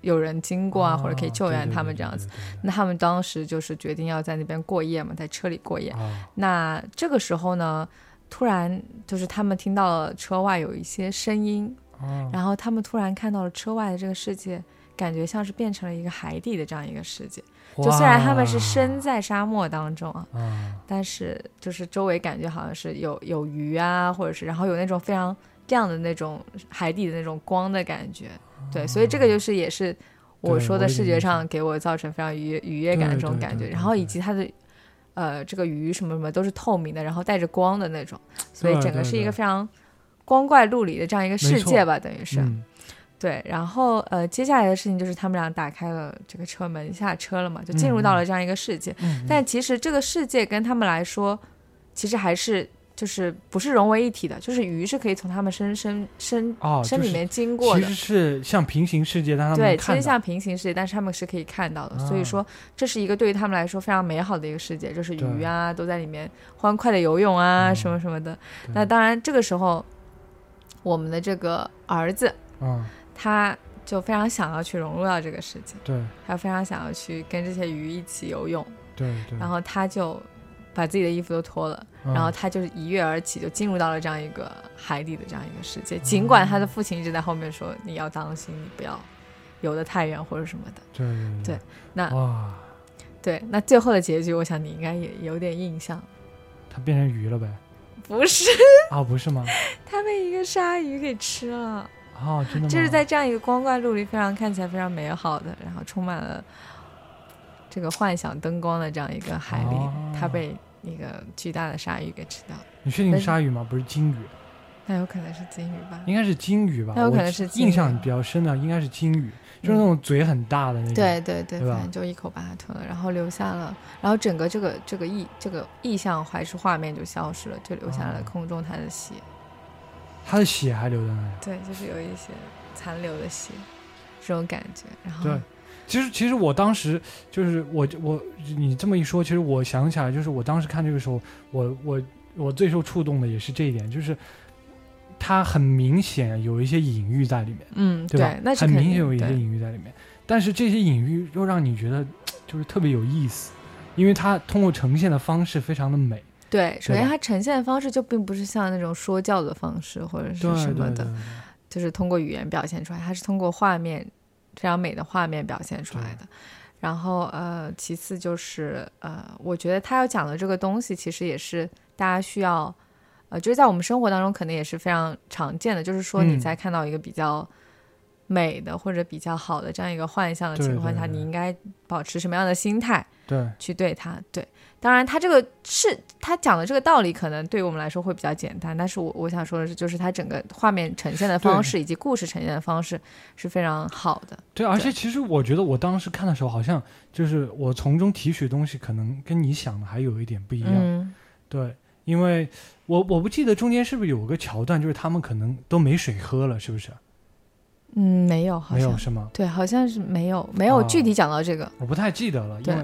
C: 有人经过
A: 哦
C: 啊，或者可以救援他们这样子。。那他们当时就是决定要在那边过夜嘛，在车里过夜。
A: 啊
C: 那这个时候呢，突然就是他们听到了车外有一些声音，
A: 啊
C: 然后他们突然看到了车外的这个世界，感觉像是变成了一个海底的这样一个世界。
A: 哦
C: 就虽然他们是身在沙漠当中啊，
A: 啊
C: 但是就是周围感觉好像是有有鱼啊，或者是然后有那种非常亮的那种海底的那种光的感觉，对，所以这个就是也是我
A: 哦对
C: 说
A: 我
C: 的
A: 也
C: 视
A: 理解
C: 觉上给我造成非常愉悦愉悦感的
A: 对
C: 这种
A: 对
C: 感
A: 对对
C: 觉，然后以
A: 对
C: 及它的。呃，这个鱼什么什么都是透明的，然后带着光的那种，所以
A: 对
C: 整个
A: 对
C: 是一
A: 对
C: 个非常光怪陆离的这样一个世
A: 没错
C: 界吧，等于是。
A: 嗯
C: 对，然后呃，接下来的事情就是他们俩打开了这个车门，下车了嘛，就进入到了这样一个世界。
A: 嗯
C: 但其实这个世界跟他们来说，其实还是就是不是融为一体的，就是鱼是可以从他们身身身、
A: 哦，
C: 身
A: 就
C: 里
A: 是
C: 面经过的。
A: 其实是像平行世界，但他们
C: 对，
A: 能
C: 其
A: 看
C: 实
A: 到
C: 像平行世界，但是他们是可以看到的，所以
A: 啊
C: 说这是一个对于他们来说非常美好的一个世界，就是鱼啊都在里面欢快的游泳啊、
A: 嗯
C: 什么什么的。
A: 对
C: 那当然，这个时候我们的这个儿子
A: 嗯，
C: 他就非常想要去融入到这个世界，
A: 对
C: 他非常想要去跟这些鱼一起游泳，
A: 对对，
C: 然后他就把自己的衣服都脱了，
A: 嗯
C: 然后他就是一跃而起，就进入到了这样一个海底的这样一个世界。尽管他的父亲一直在后面说你要当心，你不要游得太远或者什么的。
A: 对对
C: 对那
A: 哇，
C: 对，那最后的结局，我想你应该也有点印象，
A: 他变成鱼了呗？
C: 不是
A: 啊，不是吗？
C: [LAUGHS] 他被一个鲨鱼给吃了。
A: 啊，真的吗？
C: 就是在这样一个光怪陆离、非常看起来非常美好的，然后充满了这个幻想灯光的这样一个海里，
A: 哦
C: 它被一个巨大的鲨鱼给吃掉了。
A: 你确定是鲨鱼吗？不是金鱼，
C: 那有可能是金鱼吧？
A: 应该是金鱼吧？
C: 那有可
A: 我
C: 能是金鱼嗯
A: 印象比较深的应该是金鱼，就是那种嘴很大的那种。
C: 对对对，
A: 对吧
C: 反正就一口把它吞了，然后留下了，然后整个这个这个意这个意象还是画面就消失了，就留下了
A: 哦
C: 空中它的血，
A: 他的血还留在那里。
C: 对，就是有一些残留的血，这种感觉。然后
A: 对其实，其实我当时就是我我你这么一说，其实我想起来，就是我当时看这个时候，我我我最受触动的也是这一点，就是它很明显有一些隐喻在里面，
C: 嗯，
A: 对吧？
C: 对，那是
A: 很
C: 肯
A: 明
C: 定
A: 显有一些
C: 对
A: 隐喻在里面，但是这些隐喻又让你觉得就是特别有意思，因为它通过呈现的方式非常的美，
C: 对，首
A: 对
C: 先
A: 吧
C: 它呈现的方式就并不是像那种说教的方式或者是
A: 对
C: 什
A: 对
C: 么
A: 对
C: 的，
A: 对
C: 就是通过语言表现出来，它是通过画面非常美的画面表现出来的。然后呃，其次就是呃，我觉得他要讲的这个东西，其实也是大家需要，呃，就是在我们生活当中可能也是非常常见的，就是说你
A: 嗯
C: 在看到一个比较美的或者比较好的这样一个幻象的
A: 对
C: 情况
A: 对
C: 下，
A: 对
C: 你应该保持什么样的心态？
A: 对
C: 去对他。对，当然他这个是他讲的这个道理，可能对于我们来说会比较简单，但是我我想说的是，就是他整个画面呈现的方式以及故事呈现的方式是非常好的。
A: 对，而且其实我觉得我当时看的时候，好像就是我从中提取的东西，可能跟你想的还有一点不一样。
C: 嗯，
A: 对，因为我我不记得中间是不是有个桥段，就是他们可能都没水喝了，是不是？
C: 嗯，没有，好
A: 没有
C: 像
A: 是吗？
C: 对，好像是没有，没有
A: 哦
C: 具体讲到这个。
A: 我不太记得了，因
C: 对
A: 为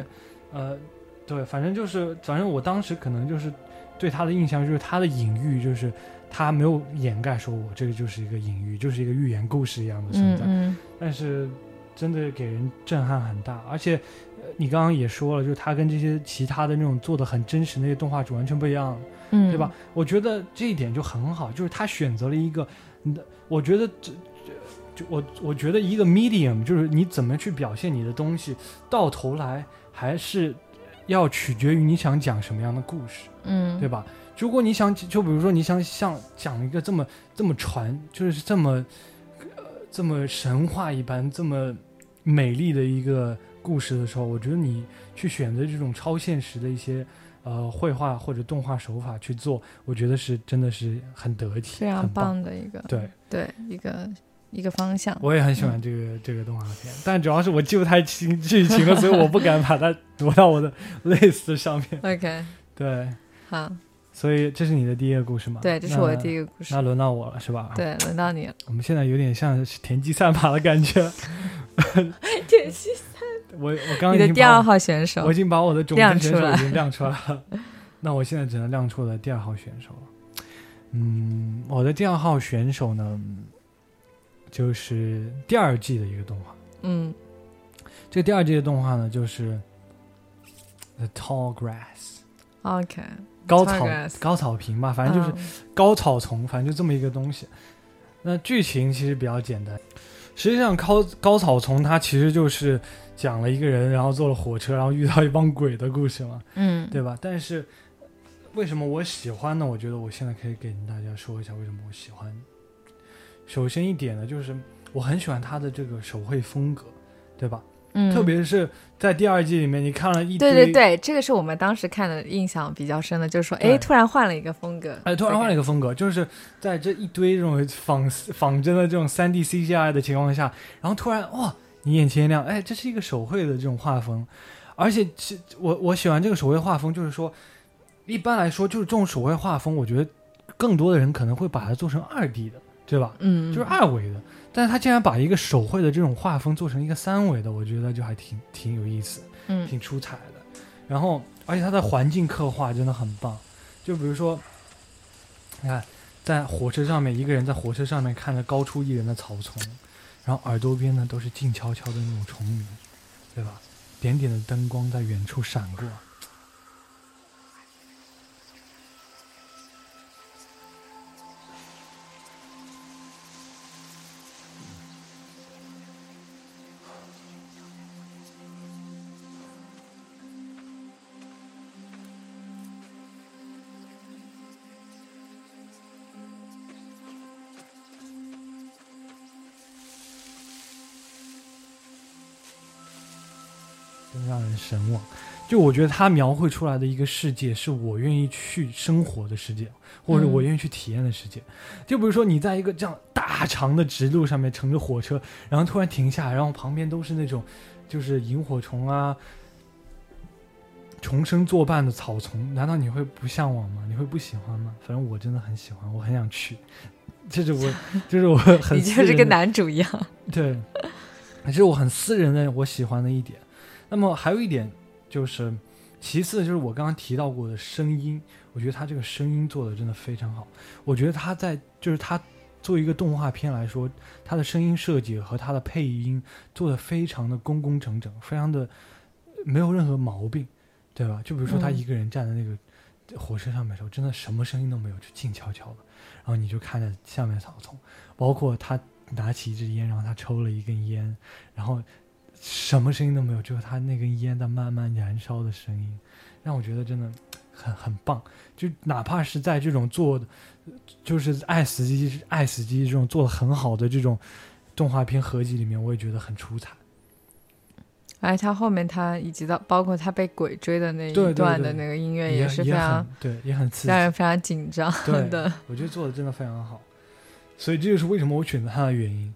A: 呃，对，反正就是，反正我当时可能就是对他的印象就是他的隐喻，就是他没有掩盖说我这个就是一个隐喻，就是一个寓言故事一样的存
C: 嗯
A: 在。
C: 嗯，
A: 但是真的给人震撼很大。而且、呃你刚刚也说了，就是它跟这些其他的那种做的很真实那些动画是完全不一样的，
C: 嗯，
A: 对吧？？我觉得这一点就很好，就是他选择了一个，嗯我觉得这。这就我我觉得一个 medium 就是你怎么去表现你的东西，到头来还是要取决于你想讲什么样的故事。
C: 嗯，
A: 对吧？如果你想，就比如说你想像讲一个这么这么传，就是这么，呃，这么神话一般、这么美丽的一个故事的时候，我觉得你去选择这种超现实的一些呃绘画或者动画手法去做，我觉得是真的是很得体，
C: 非常
A: 很棒。
C: 棒的一个，
A: 对，
C: 对一个一个方向。
A: 我也很喜
C: 嗯
A: 欢这个、这个动画片，但主要是我记不太清 [LAUGHS] 剧情了，所 [LAUGHS] 以我不敢把它挪到我的 list 上面。
C: OK，
A: 对，
C: 好，
A: 所以这是你的第一个故事吗？
C: 对，这是我的第
A: 个。
C: 一个故事
A: 那。轮到我了是吧？，
C: 对，轮到你了。
A: 我们现在有点像是田忌赛马的感觉。
C: [LAUGHS] 田忌，
A: 我我刚刚
C: 你
A: 已
C: 的
A: 经
C: 第
A: 把
C: 二
A: 我
C: 号选手
A: 我已。经把我的种
C: 亮
A: 子
C: 出
A: 选手
C: 来
A: 已经亮出来了， [LAUGHS] 那我现在只能亮出我的第二号选手了。嗯，我的第二号选手呢，就是第二季的一个动画。
C: 嗯
A: 这个第二季的动画呢，就是《The Tall Grass》
C: ，OK，
A: 高草
C: Grass
A: 高草坪吧，反正就是
C: 是
A: 高草丛，反正就这么一个东西。那剧情其实比较简单，实际上高高草丛它其实就是讲了一个人，然后坐了火车，然后遇到一帮鬼的故事嘛，
C: 嗯，
A: 对吧？但是为什么我喜欢呢？我觉得我现在可以给大家说一下为什么我喜欢。首先一点呢，就是我很喜欢他的这个手绘风格，对吧？
C: 嗯，
A: 特别是在第二季里面，你看了一堆，
C: 对对对，这个是我们当时看的印象比较深的，就是说，
A: 对
C: 哎，突然换了一个风格，
A: 哎，突然换了一个风格，就是在这一堆这种仿仿真的这种三 D CGI 的情况下，然后突然哇，你眼前一亮，哎，这是一个手绘的这种画风，而且其我我喜欢这个手绘画风，就是说，一般来说就是这种手绘画风，我觉得更多的人可能会把它做成二 D 的，对吧？
C: 嗯，
A: 就是二维的，但是他竟然把一个手绘的这种画风做成一个三维的，我觉得就还挺挺有意思。
C: 嗯
A: 挺出彩的。然后，而且它的环境刻画真的很棒。就比如说，你看，在火车上面，一个人在火车上面看着高出一人的草丛，然后耳朵边呢都是静悄悄的那种虫鸣，对吧？点点的灯光在远处闪过。真让人神往。就我觉得他描绘出来的一个世界，是我愿意去生活的世界，或
C: 嗯
A: 者我愿意去体验的世界。就比如说，你在一个这样大长的直路上面乘着火车，然后突然停下，然后旁边都是那种就是萤火虫啊、虫声作伴的草丛，难道你会不向往吗？你会不喜欢吗？反正我真的很喜欢，我很想去。这是
C: [LAUGHS]
A: 我，这是我很
C: 你
A: 私
C: 就是
A: 人
C: 跟
A: 的
C: 男主一样，
A: [LAUGHS] 对，这是我很私人的我喜欢的一点。那么还有一点就是，其次就是我刚刚提到过的声音，我觉得他这个声音做的真的非常好。我觉得他在就是他作为一个动画片来说，他的声音设计和他的配音做的非常的工工整整，非常的没有任何毛病，对吧？就比如说他
C: 嗯
A: 一个人站在那个火车上面的时候，真的什么声音都没有，就静悄悄的，然后你就看着下面的草丛，包括他拿起一支烟，然后他抽了一根烟，然后什么声音都没有，只有他那根烟在慢慢燃烧的声音，让我觉得真的很很棒。就哪怕是在这种做的，就是爱死机爱死机这种做的很好的这种动画片合集里面，我也觉得很出彩。
C: 而且他后面他以及到包括他被鬼追的那
A: 对对
C: 一段
A: 对
C: 的那个音乐
A: 也
C: 是非
A: 也
C: 常
A: 很对，也很刺激
C: 让，人非常紧张
A: 对
C: 的，
A: 我觉得做的真的非常好，所以这就是为什么我选择他的原因。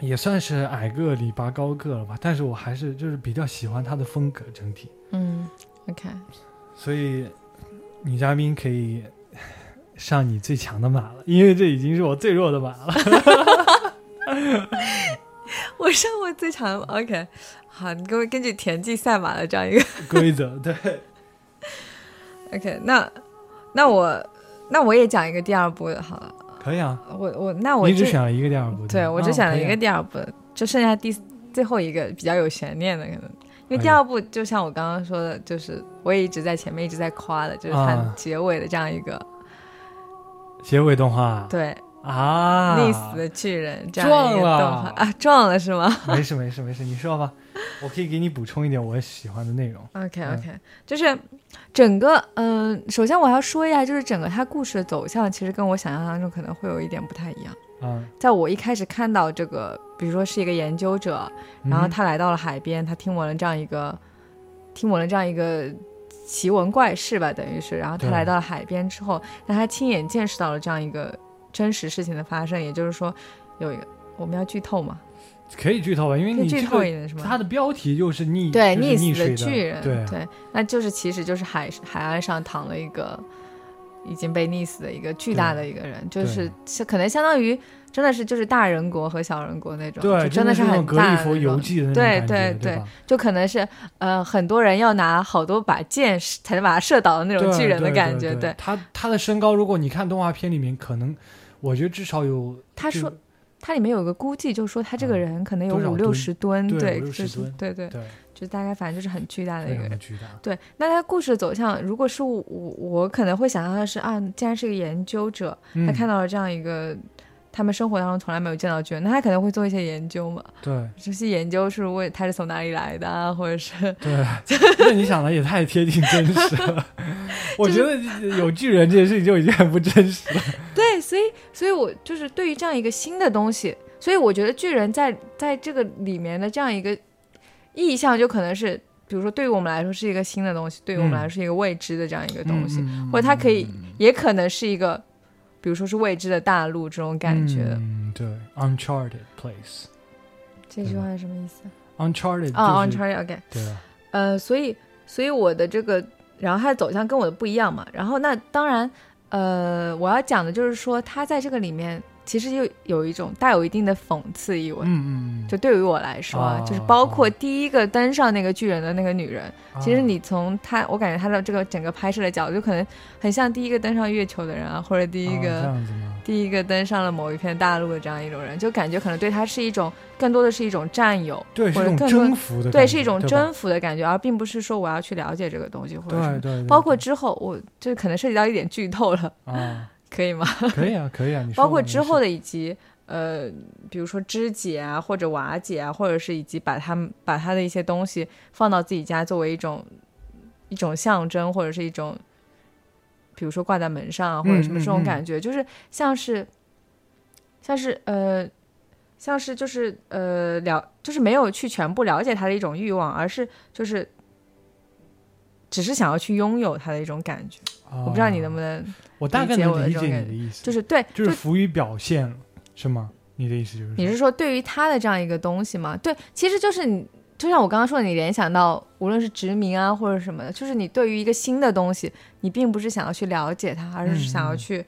A: 也算是矮个里拔高个了吧，但是我还是就是比较喜欢他的风格整体，
C: 嗯，OK，
A: 所以女嘉宾可以 [LAUGHS] 上你最强的马了，因为这已经是我最弱的马
C: [LAUGHS]
A: 了。
C: 我上过最长的嗯 OK，好，你给我根据田忌赛马的这样一个
A: 规则
C: [LAUGHS]
A: 对，
C: OK，那那我那我也讲一个第二部的好了，
A: 可以啊。
C: 我我那我
A: 你只
C: 这嗯
A: 选了一个第二部，
C: 对，
A: 吧
C: 我
A: 哦
C: 只选了
A: 可以
C: 一
A: 啊
C: 个第二部，就剩下第最后一个比较有悬念的可能，因为
A: 哎
C: 第二部就像我刚刚说的，就是我也一直在前面一直在夸的，就是它
A: 啊
C: 结尾的这样一个、
A: 结尾动画，
C: 对
A: 啊，
C: 溺死的巨人这样一
A: 撞
C: 个动
A: 了
C: 画啊，撞了是吗
A: [LAUGHS] 没事没事没事，你说吧，我可以给你补充一点我喜欢的内容。
C: ？OK
A: 嗯
C: OK，、就是整个嗯、首先我要说一下，就是整个它故事的走向其实跟我想象当中可能会有一点不太一样。
A: 啊，
C: 在我一开始看到这个，比如说是一个研究者，然后
A: 嗯
C: 他来到了海边，他听闻了这样一个，听闻了这样一个奇闻怪事吧，等于是，然后他
A: 对
C: 来到了海边之后，让他亲眼见识到了这样一个真实事情的发生，也就是说，有一个我们要剧透嘛，
A: 可以剧透吧，因为
C: 可以
A: 你
C: 剧
A: 这
C: 透一
A: 个
C: 点是吗？
A: 它的标题就是溺
C: 对，
A: 就是溺
C: 溺死
A: 水
C: 的巨人，
A: 对啊
C: 那就是其实就是海海岸上躺了一个已经被溺死的一个巨大的一个人，就是是可能相当于真的是就是大人国和小人国那种，
A: 对，
C: 就真的
A: 是那
C: 很
A: 种格
C: 大
A: 里
C: 的
A: 佛
C: 那
A: 游
C: 种
A: 记的那种
C: 对
A: 感
C: 对
A: 觉，
C: 对
A: 吧？
C: 就可能是呃很多人要拿好多把剑是才能把他射倒的那种
A: 对
C: 巨人的
A: 对
C: 感
A: 对
C: 觉，
A: 对他他的身高，如果你看动画片里面，可能我觉得至少有
C: 他
A: 这
C: 说
A: 个
C: 它里面有个估计，就说他这个
A: 嗯
C: 人可能有
A: 多少
C: 五六
A: 吨
C: 十吨，
A: 对
C: 对，
A: 五六
C: 就
A: 十
C: 是
A: 吨
C: 对对，
A: 对
C: 就大概反正就是很巨大的
A: 非
C: 一
A: 常
C: 个人
A: 的。巨大，
C: 对，那他故事走向，如果是我，我可能会想象的是啊，既然是个研究者，
A: 嗯
C: 他看到了这样一个他们生活当中从来没有见到的巨人，那他肯定会做一些研究嘛。
A: 对
C: 这些研究是为他是从哪里来的啊，或者是
A: 对， [LAUGHS] 那你想的也太贴近真实了。我觉得有巨人这件事情就已经很不真实了。
C: [LAUGHS] 对，所以，所以我就是对于这样一个新的东西，所以我觉得巨人在在这个里面的这样一个意象，就可能是，比如说对于我们来说是一个新的东西，对于我们
A: 嗯
C: 来说是一个未知的这样一个 [LAUGHS] 东西，
A: 嗯
C: 或者它可以也可能是一个，比如说是未知的大陆这种感觉。
A: 嗯，对，uncharted place。
C: 这句话是什么意思
A: Uncharted
C: 啊、o
A: 嗯就是
C: n c h a r t e d OK，
A: 对啊，
C: 呃，所以所以我的这个，然后它的走向跟我的不一样嘛。然后那当然，呃，我要讲的就是说，它在这个里面其实又有一种带有一定的讽刺意味。
A: 嗯嗯，
C: 就对于我来说，啊，就是
A: 哦
C: 包括
A: 哦
C: 第一个登上那个巨人的那个女人，
A: 啊
C: 其实你从她，我感觉她的这个整个拍摄的角度，就可能很像第一个登上月球的人啊，或者第一
A: 啊
C: 个、
A: 这样子吗？
C: 第一个登上了某一片大陆的这样一种人，就感觉可能对他是一种更多的是一种占有，
A: 对，是
C: 或
A: 一
C: 者
A: 种
C: 更多
A: 征服的感觉，
C: 对是一种
A: 吧
C: 征服的感觉，而并不是说我要去了解这个东西或者什
A: 对
C: 么。
A: 对，对
C: 包括
A: 对
C: 之后，我这可能涉及到一点剧透了，
A: 啊，
C: 可以吗？
A: 可以啊，可以啊，你说
C: 包括
A: 吧
C: 之后，的以及呃，比如说肢解啊，或者瓦解啊，或者是以及把他们把他的一些东西放到自己家作为一种一种象征，或者是一种，比如说挂在门上啊，或者什
A: 嗯
C: 么这种
A: 嗯
C: 感觉，就是像是像是呃。像是就是呃了，就是没有去全部了解他的一种欲望，而是就是只是想要去拥有他的一种感觉。
A: 我
C: 我不知道你能不能，
A: 啊我大
C: 理
A: 概
C: 解我
A: 能
C: 的
A: 理
C: 这
A: 解
C: 种感
A: 你
C: 觉
A: 的意思，
C: 就是对，
A: 哦就是浮于表现了，是吗？你的意思就是
C: 你是
A: 说
C: 说对于他的这样一个东西吗？对，其实就是你，就像我刚刚说的，你联想到无论是殖民啊或者什么的，就是你对于一个新的东西，你并不是想要去了解它，而是想要去，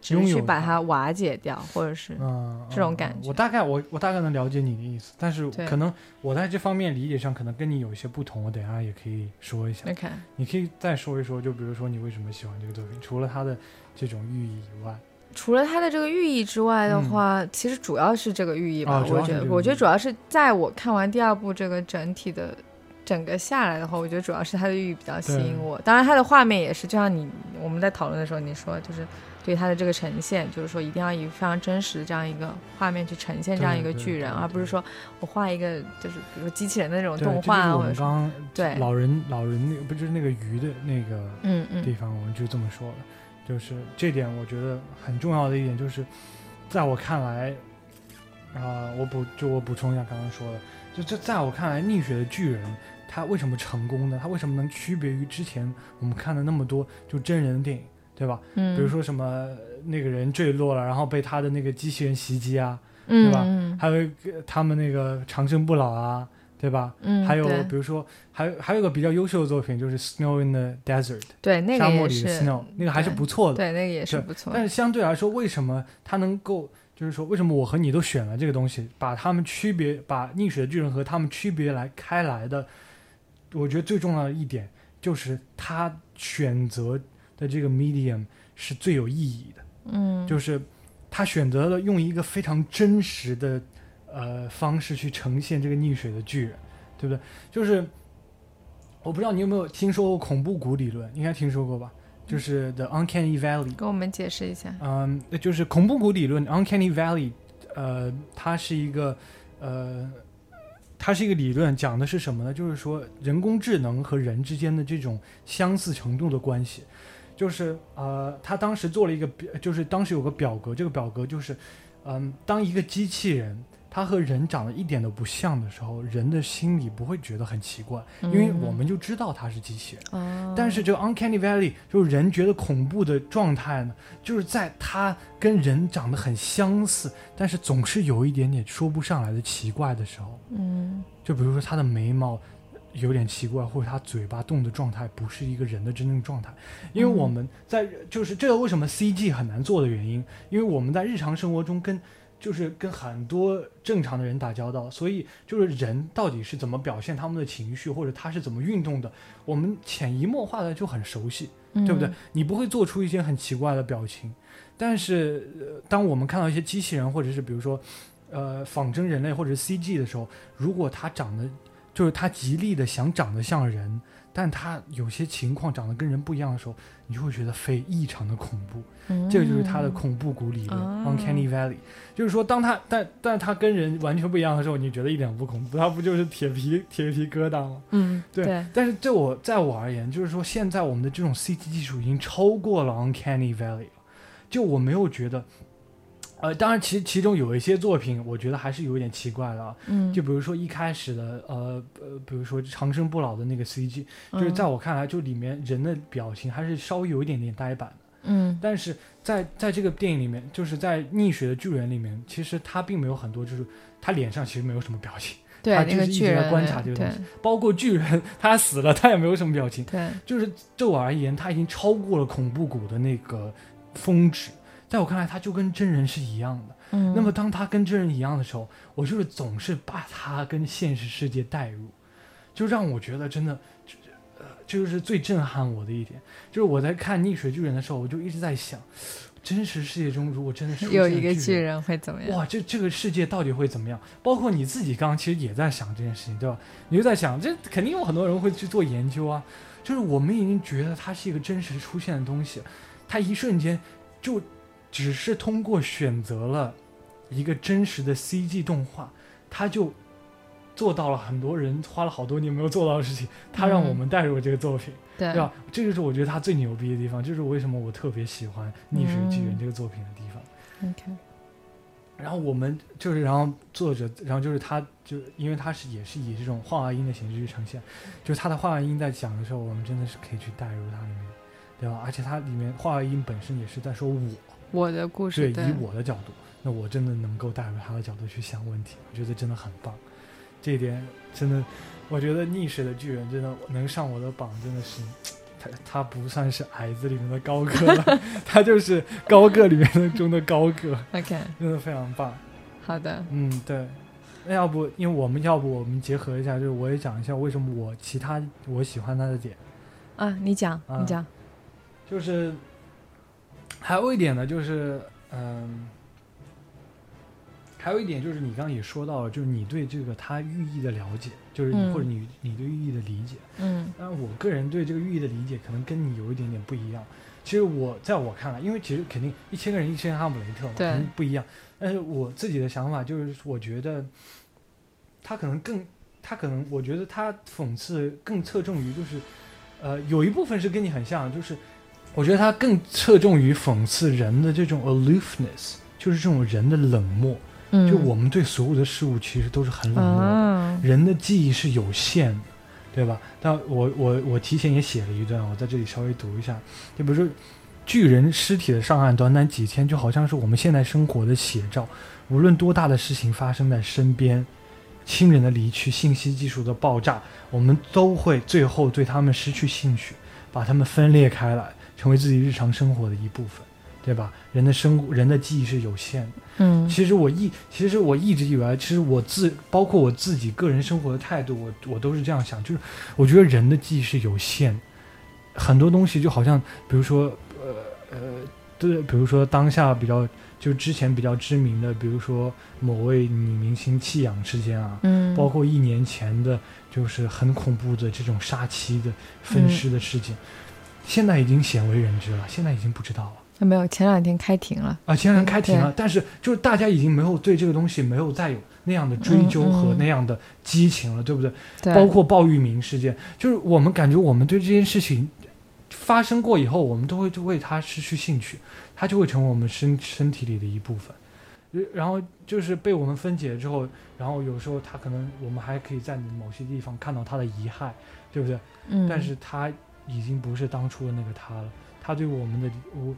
C: 只
A: 嗯拥
C: 是
A: 有
C: 去把
A: 它
C: 它瓦解掉，或者是、
A: 嗯
C: 这种
A: 嗯
C: 感
A: 嗯
C: 觉
A: 我大概我我大概能了解你的意思，但是
C: 对
A: 可能我在这方面理解上可能跟你有一些不同，我等一下也可以说一下。
C: OK，
A: 你可以再说一说，就比如说你为什么喜欢这个作品，除了它的这种寓意以外，
C: 除了它的这个寓意之外的
A: 嗯
C: 话，其实主要是这个寓意吧。
A: 啊主
C: 我
A: 要
C: 觉
A: 是
C: 得
A: 这，个
C: 我
A: 寓
C: 觉得
A: 意
C: 主要是在我看完第二部这个整体的整个下来的话，我觉得主要是它的寓意比较吸引
A: 对
C: 我。当然，它的画面也是，就像你我们在讨论的时候你说，就是对它的这个呈现，就是说一定要以非常真实的这样一个画面去呈现这样一个
A: 对对
C: 巨人，
A: 对
C: 而不是
A: 对
C: 说我画一个就是比如说机器人的那种
A: 对，
C: 动
A: 这
C: 画
A: 就是
C: 啊，
A: 我
C: 或者
A: 们
C: 说
A: 刚
C: 对，
A: 老人老人那个不就是那个鱼的那个
C: 嗯嗯
A: 地方，我们就这么说了。就是这点，我觉得很重要的一点就是，在我看来，啊、我补就我补充一下刚刚说的，就这在我看来，《逆血的巨人》他为什么成功呢？他为什么能区别于之前我们看的那么多就真人的电影，对吧？
C: 嗯，
A: 比如说什么呃那个人坠落了，然后被他的那个机器人袭击啊，
C: 嗯，
A: 对吧
C: 嗯
A: 还有一个他们那个长生不老啊，对吧？
C: 嗯，
A: 还有
C: 对
A: 比如说，还有还有一个比较优秀的作品就是《Snow in the Desert》
C: 对那
A: 沙
C: 个
A: 漠
C: 也
A: 里的
C: 是，
A: Snow，那个还是
C: 对
A: 不错的。
C: 对那个也是
A: 对
C: 不错，
A: 但是相对来说，为什么它能够，就是说，为什么我和你都选了这个东西，把他们区别，把逆水的巨人和他们区别来开来的？我觉得最重要的一点就是他选择的这个 medium 是最有意义的，
C: 嗯，
A: 就是他选择了用一个非常真实的呃方式去呈现这个溺水的巨人，对不对？就是我不知道你有没有听说过恐怖谷理论，应该听说过吧？就是 The Uncanny Valley，
C: 给我们解释一下。
A: 嗯，就是恐怖谷理论 （Uncanny Valley），呃，它是一个呃，它是一个理论，讲的是什么呢？就是说人工智能和人之间的这种相似程度的关系。就是呃，他当时做了一个，表，就是当时有个表格，这个表格就是，嗯，当一个机器人它和人长得一点都不像的时候，人的心里不会觉得很奇怪，因为我们就知道它是机器人。
C: 哦
A: 但是这个 uncanny valley 就是人觉得恐怖的状态呢，就是在它跟人长得很相似，但是总是有一点点说不上来的奇怪的时候，
C: 嗯
A: 就比如说他的眉毛有点奇怪，或者他嘴巴动的状态不是一个人的真正状态。因为我们在、就是这个为什么 CG 很难做的原因，因为我们在日常生活中跟就是跟很多正常的人打交道，所以就是人到底是怎么表现他们的情绪，或者他是怎么运动的，我们潜移默化的就很熟悉。
C: 嗯，
A: 对不对？你不会做出一些很奇怪的表情，但是、呃当我们看到一些机器人或者是比如说，呃，仿真人类或者是 CG 的时候，如果它长得就是它极力的想长得像人，但它有些情况长得跟人不一样的时候，你就会觉得非异常的恐怖。
C: 嗯？
A: 这个就是它的恐怖谷理论、
C: 啊
A: u n c a n n y Valley）。就是说，当它但但它跟人完全不一样的时候，你觉得一点不恐怖，它不就是铁皮铁皮疙瘩吗？
C: 嗯，
A: 对，
C: 对，
A: 但是对我在我而言，就是说现在我们的这种 CT 技术已经超过了 Uncanny Valley 了。就我没有觉得，呃，当然其其中有一些作品，我觉得还是有一点奇怪的啊。
C: 嗯，
A: 就比如说一开始的，呃呃，比如说长生不老的那个 CG，就是
C: 嗯
A: 在我看来，就里面人的表情还是稍微有一点点呆板的。
C: 嗯
A: 但是在在这个电影里面，就是在《逆水的巨人》里面，其实他并没有很多，就是他脸上其实没有什么表情，
C: 嗯，对
A: 他
C: 那
A: 就
C: 个
A: 是一
C: 巨
A: 直在
C: 人
A: 观
C: 类
A: 察这个
C: 对
A: 东包括巨人他死了，他也没有什么表情。
C: 对，
A: 就是对我而言，它已经超过了恐怖谷的那个峰值。在我看来，它就跟真人是一样的。
C: 嗯，
A: 那么，当它跟真人一样的时候，我就是总是把它跟现实世界带入，就让我觉得真的，呃，就是最震撼我的一点，就是我在看《逆水巨人》的时候，我就一直在想，真实世界中如果真的出现
C: 有
A: 了
C: 一个巨
A: 巨人
C: 人会怎么样？
A: 哇，这这个世界到底会怎么样？包括你自己刚刚其实也在想这件事情，对吧？你就在想，这肯定有很多人会去做研究啊。就是我们已经觉得它是一个真实出现的东西，它一瞬间就只是通过选择了一个真实的 CG 动画，它就做到了很多人花了好多年没有做到的事情。它让我们带入这个作品，
C: 对
A: 对吧？这就是我觉得它最牛逼的地方，这是为什么我特别喜欢《逆水巨人》这个作品的地方。
C: ，OK，
A: 然后我们就是，然后作者，然后就是他，就因为他是也是以这种画外音的形式去呈现，就是他的画外音在讲的时候，我们真的是可以去带入它里面，对吧？而且它里面画外音本身也是在说我，
C: 我的故
A: 对，
C: 事，对
A: 以，我的角度，那我真的能够带入他的角度去想问题，我觉得真的很棒，这一点真的，我觉得逆水的巨人真的能上我的榜，真的是。他他不算是矮子里面的高个了， [LAUGHS] 他就是高个里面的中的高个，
C: OK，
A: 真的非常棒。
C: 好的，
A: 嗯，对。那要不，因为我们要不我们结合一下，就是我也讲一下为什么我其他我喜欢他的点，
C: 啊，你讲，
A: 啊
C: 你讲，
A: 就是还有一点呢，就是嗯，还有一点就是你刚刚也说到了，就是你对这个它寓意的了解，就是你、
C: 嗯
A: 或者你你对寓意的理解。
C: 嗯
A: 但我个人对这个寓意的理解可能跟你有一点点不一样。其实我在我看来，因为其实肯定一千个人一千哈姆雷特嘛，
C: 对
A: 肯定不一样。但是我自己的想法就是，我觉得他可能更，他可能我觉得他讽刺更侧重于就是，呃，有一部分是跟你很像，就是我觉得他更侧重于讽刺人的这种 aloofness，就是这种人的冷漠。
C: 嗯，
A: 就我们对所有的事物其实都是很冷漠的。
C: 啊，
A: 人的记忆是有限的，对吧？但我我我提前也写了一段，我在这里稍微读一下。就比如说，巨人尸体的上岸，短短几天，就好像是我们现代生活的写照。无论多大的事情发生在身边，亲人的离去、信息技术的爆炸，我们都会最后对他们失去兴趣，把他们分裂开来，成为自己日常生活的一部分，对吧？人的生人的记忆是有限的。
C: 嗯，
A: 其实我一其实我一直以来，其实我自包括我自己个人生活的态度，我我都是这样想，就是我觉得人的记忆是有限的，很多东西就好像比如说呃呃，对，比如说当下比较就之前比较知名的，比如说某位女明星弃养事件啊，
C: 嗯，
A: 包括一年前的，就是很恐怖的这种杀妻的分尸的事件，现在已经鲜为人知了，现在已经不知道了。
C: 没有，前两天开庭了，
A: 啊，前然开庭了
C: 对，
A: 但是就是大家已经没有对这个东西没有再有那样的追究
C: 嗯嗯
A: 和那样的激情了，对不对？
C: 嗯对，
A: 包括鲍玉明事件，就是我们感觉我们对这件事情发生过以后，我们都会为它失去兴趣，它就会成为我们身身体里的一部分。呃然后就是被我们分解之后，然后有时候它可能我们还可以在你某些地方看到它的遗骸，对不对？
C: 嗯，
A: 但是他已经不是当初的那个他了，他对我们的我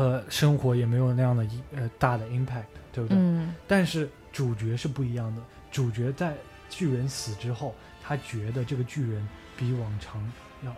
A: 呃生活也没有那样的一呃大的 impact，对不对？
C: 嗯
A: 但是主角是不一样的，主角在巨人死之后，他觉得这个巨人比往常要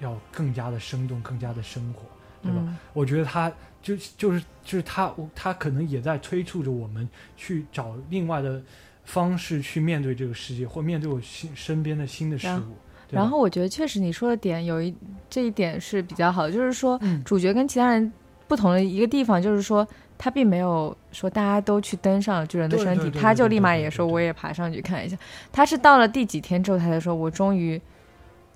A: 要要更加的生动，更加的生活，对吧？
C: 嗯
A: 我觉得他就就是就是他我他可能也在催促着我们去找另外的方式去面对这个世界，或面对我新身边的新的事
C: 然
A: 物。对吧
C: 然后我觉得确实你说的点有一这一点是比较好的，就是说
A: 嗯
C: 主角跟其他人不同的一个地方，就是说他并没有说大家都去登上了巨人的
A: 对
C: 身
A: 对
C: 体，
A: 对
C: 他
A: 对
C: 就
A: 对
C: 立
A: 对
C: 马
A: 对
C: 也
A: 对
C: 说
A: 对
C: 我也爬上去看一下。他是到了第几天之后，他才说我终于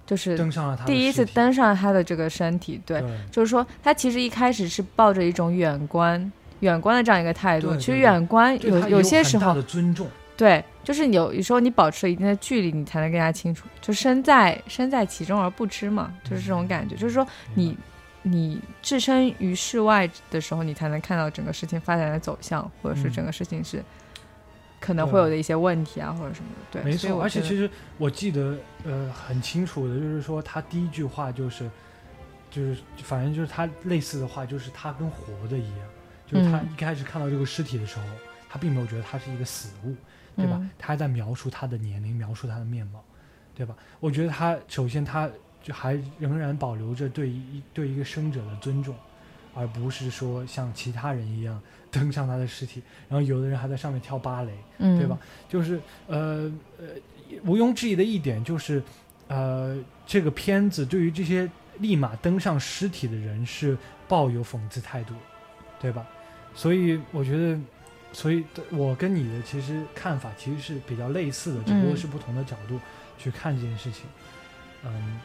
C: 就是
A: 登上了他的
C: 第一
A: 尸
C: 次
A: 体
C: 登上他的这个身体，对
A: 对，
C: 就是说他其实一开始是抱着一种远观。远观的这样一个态度，
A: 对对
C: 其实
A: 对
C: 远观
A: 对
C: 有
A: 他
C: 有
A: 有
C: 些
A: 很
C: 时
A: 大
C: 候
A: 的尊重，
C: 对，就是有有时候你保持了一定的距离，你才能更加清楚。就身在身在其中而不知嘛，就是这
A: 嗯
C: 种感觉。就是说
A: 明
C: 你
A: 白
C: 你置身于室外的时候，你才能看到整个事情发展的走向，或者是
A: 嗯
C: 整个事情是可能
A: 对
C: 会有的一些问题啊，或者什么的。对，
A: 没
C: 所以
A: 错。
C: 我
A: 而且
C: 觉
A: 其
C: 得
A: 实我记得呃很清楚的，就是说他第一句话就是就是反正就是他类似的话，就是他跟活的一样，就是他
C: 嗯
A: 一开始看到这个尸体的时候，他并没有觉得他是一个死物，对吧？
C: 嗯
A: 他还在描述他的年龄，描述他的面貌，对吧？我觉得他首先他就还仍然保留着对一对一个生者的尊重，而不是说像其他人一样 [LAUGHS] 登上他的尸体，然后有的人还在上面跳芭蕾，
C: 嗯，
A: 对吧？？就是呃呃，毋庸置疑的一点就是，呃，这个片子对于这些立马登上尸体的人是抱有讽刺态度，对吧？所以我觉得，所以我跟你的其实看法其实是比较类似的，只不过
C: 嗯
A: 是不同的角度去看这件事情。嗯，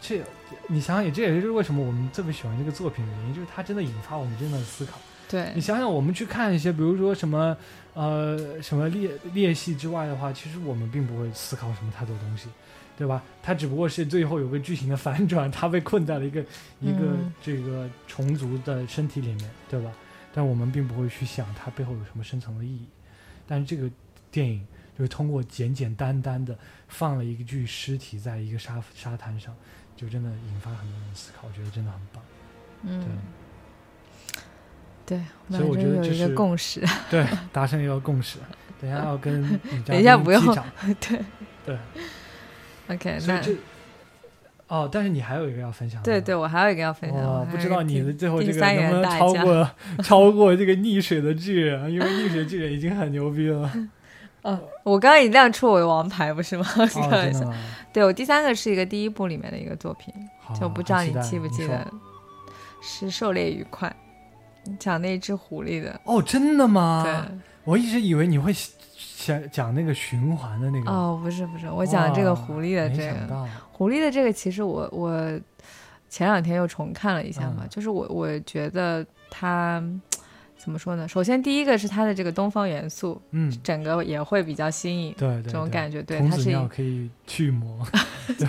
A: 这你想想，也这也是为什么我们这么喜欢这个作品的原因，就是它真的引发我们真的思考。
C: 对
A: 你，想想，我们去看一些，比如说什么，呃，什么裂裂隙之外的话，其实我们并不会思考什么太多东西，对吧？它只不过是最后有个剧情的反转，它被困在了一个一个
C: 嗯
A: 这个虫族的身体里面，对吧？但我们并不会去想它背后有什么深层的意义。但是这个电影就是通过简简单单的放了一具尸体在一个沙沙滩上，就真的引发很多人思考，我觉得真的很棒。
C: 嗯
A: 对，
C: 对，
A: 所以我
C: 们
A: 觉得
C: 有
A: 这
C: 一个
A: 是
C: 共识。 [LAUGHS]
A: 对，达成一个共识。等一下要跟女嘉
C: [LAUGHS] 等一下
A: 宾
C: 不用
A: 击掌
C: 对
A: 对，
C: OK，
A: 所以
C: 那
A: 这哦，但是你还有一个要分享的，
C: 对对，。我还有一个要分享，
A: 哇
C: 我，还
A: 不
C: 有
A: 知
C: 一个
A: 道你
C: 第
A: 的最后
C: 第
A: 这个
C: 三
A: 能不能
C: 元大
A: 超
C: 家
A: 过超过这个溺水的巨人，因为溺水巨人已经很牛逼
C: [LAUGHS]
A: 了。
C: 哦，我刚刚已亮出我的王牌，不是吗？ [LAUGHS] 开
A: 哦，
C: 玩
A: 真
C: 笑
A: 的吗？
C: 对我第三个是一个第一部里面的一个作品，
A: 好
C: 就不知道
A: 哦很期
C: 你
A: 待
C: 记不记
A: 说
C: 得，是《狩猎愉快》，讲那只狐狸的。
A: 哦，真的
C: 对，
A: 吗？我一直以为你会想讲那个循环的那个。
C: 哦，不是不是，我讲这个
A: 哇
C: 狐狸的
A: 没
C: 这
A: 想
C: 个，
A: 到
C: 狐狸的这个，其实我我前两天又重看了一下嘛，
A: 嗯
C: 就是我我觉得它怎么说呢？首先第一个是它的这个东方元素，
A: 嗯，
C: 整个也会比较新颖，
A: 对对，
C: 这种感觉，
A: 觉
C: 对，
A: 童
C: 它
A: 子
C: 是一
A: 尿可以去
C: [LAUGHS]
A: 魔，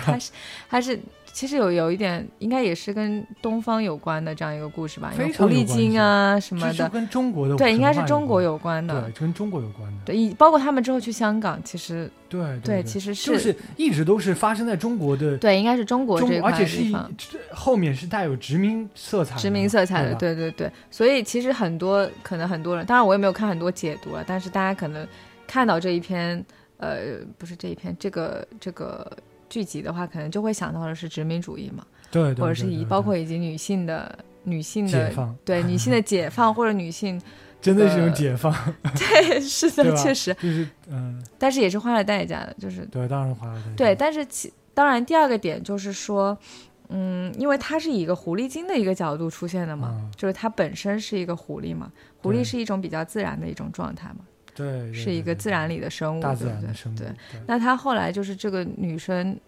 C: 它是它是其实有有一点，应该也是跟东方有关的这样一个故事吧，因为
A: 非常
C: 狐狸
A: 有关
C: 精
A: 系
C: 啊什么
A: 这就
C: 的，
A: 跟中国的
C: 对，应该是
A: 神话
C: 中国
A: 关
C: 有关的
A: 对，，跟中国有关的。
C: 对，以包括他们之后去香港，其实
A: 对对对，
C: 对，其实
A: 就是是一直都是发生在中国的
C: 对，应该是中国这
A: 中
C: 一，块
A: 而且
C: 的
A: 是
C: 地
A: 一
C: 方，
A: 这后面是带有殖民色彩的嘛，
C: 殖民色彩的，
A: 吧，
C: 对对对，所以其实很多可能很多人，当然我也没有看很多解读了，但是大家可能看到这一篇，呃，不是这一篇，这个这个剧集的话，可能就会想到的是殖民主义嘛。
A: 对对对，
C: 或者是
A: 对
C: 以
A: 对
C: 包括
A: 对
C: 以及女性的女性
A: 解
C: 的
A: 放，
C: 对女性的解放或者女性
A: [LAUGHS]
C: [LAUGHS]
A: 真的是一种
C: 呃
A: 解放，
C: 对是
A: 对
C: 的
A: 吧
C: 确实，
A: 就是嗯，
C: 但是也是花了代价的，就是
A: 对，当然华了
C: 对，，但是其当然第二个点就是说，嗯，因为它是以一个狐狸精的一个角度出现的嘛，
A: 嗯
C: 就是它本身是一个狐狸嘛，狐
A: 对
C: 狸是一种比较自然的一种状态嘛，
A: 对对，
C: 是
A: 对
C: 一个
A: 对
C: 自然里的生物，
A: 大
C: 对
A: 自
C: 不
A: 然
C: 对
A: 的生物，
C: 对
A: 对，
C: 那她后来就是这个女生，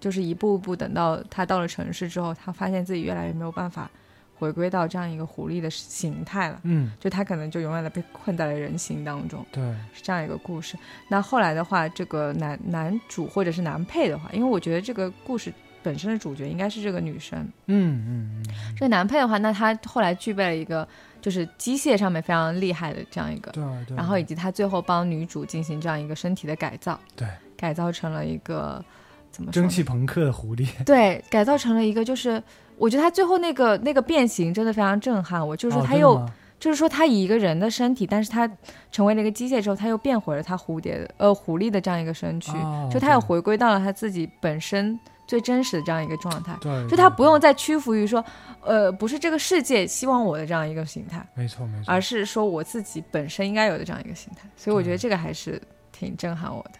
C: 就是一步步等到她到了城市之后，她发现自己越来越没有办法回归到这样一个狐狸的形态了，
A: 嗯，
C: 就她可能就永远的被困在了人形当中，
A: 对，嗯
C: 是这样一个故事。那后来的话，这个男男主或者是男配的话，因为我觉得这个故事本身的主角应该是这个女生。
A: 嗯嗯嗯，
C: 这个男配的话，那他后来具备了一个就是机械上面非常厉害的这样一个，
A: 对啊对啊。
C: 然后以及他最后帮女主进行这样一个身体的改造，
A: 对，
C: 改造成了一个怎么说
A: 蒸
C: 呢
A: 汽朋克的狐狸，
C: 对，改造成了一个就是。我觉得他最后那个那个变形真的非常震撼我，就是说
A: 哦
C: 他
A: 真的
C: 又、
A: 吗
C: 就是说他以一个人的身体，但是他成为了一个机械之后，他又变回了他蝴蝶的呃狐狸的这样一个身躯，
A: 哦
C: 就他又
A: 对
C: 回归到了他自己本身最真实的这样一个状态，
A: 对，对
C: 就他不，用再屈服于说，呃，不是这个世界希望我的这样一个形态，
A: 没错没错，嗯
C: 而是说我自己本身应该有的这样一个形态，所以我觉得
A: 对
C: 这个还是挺震撼我的。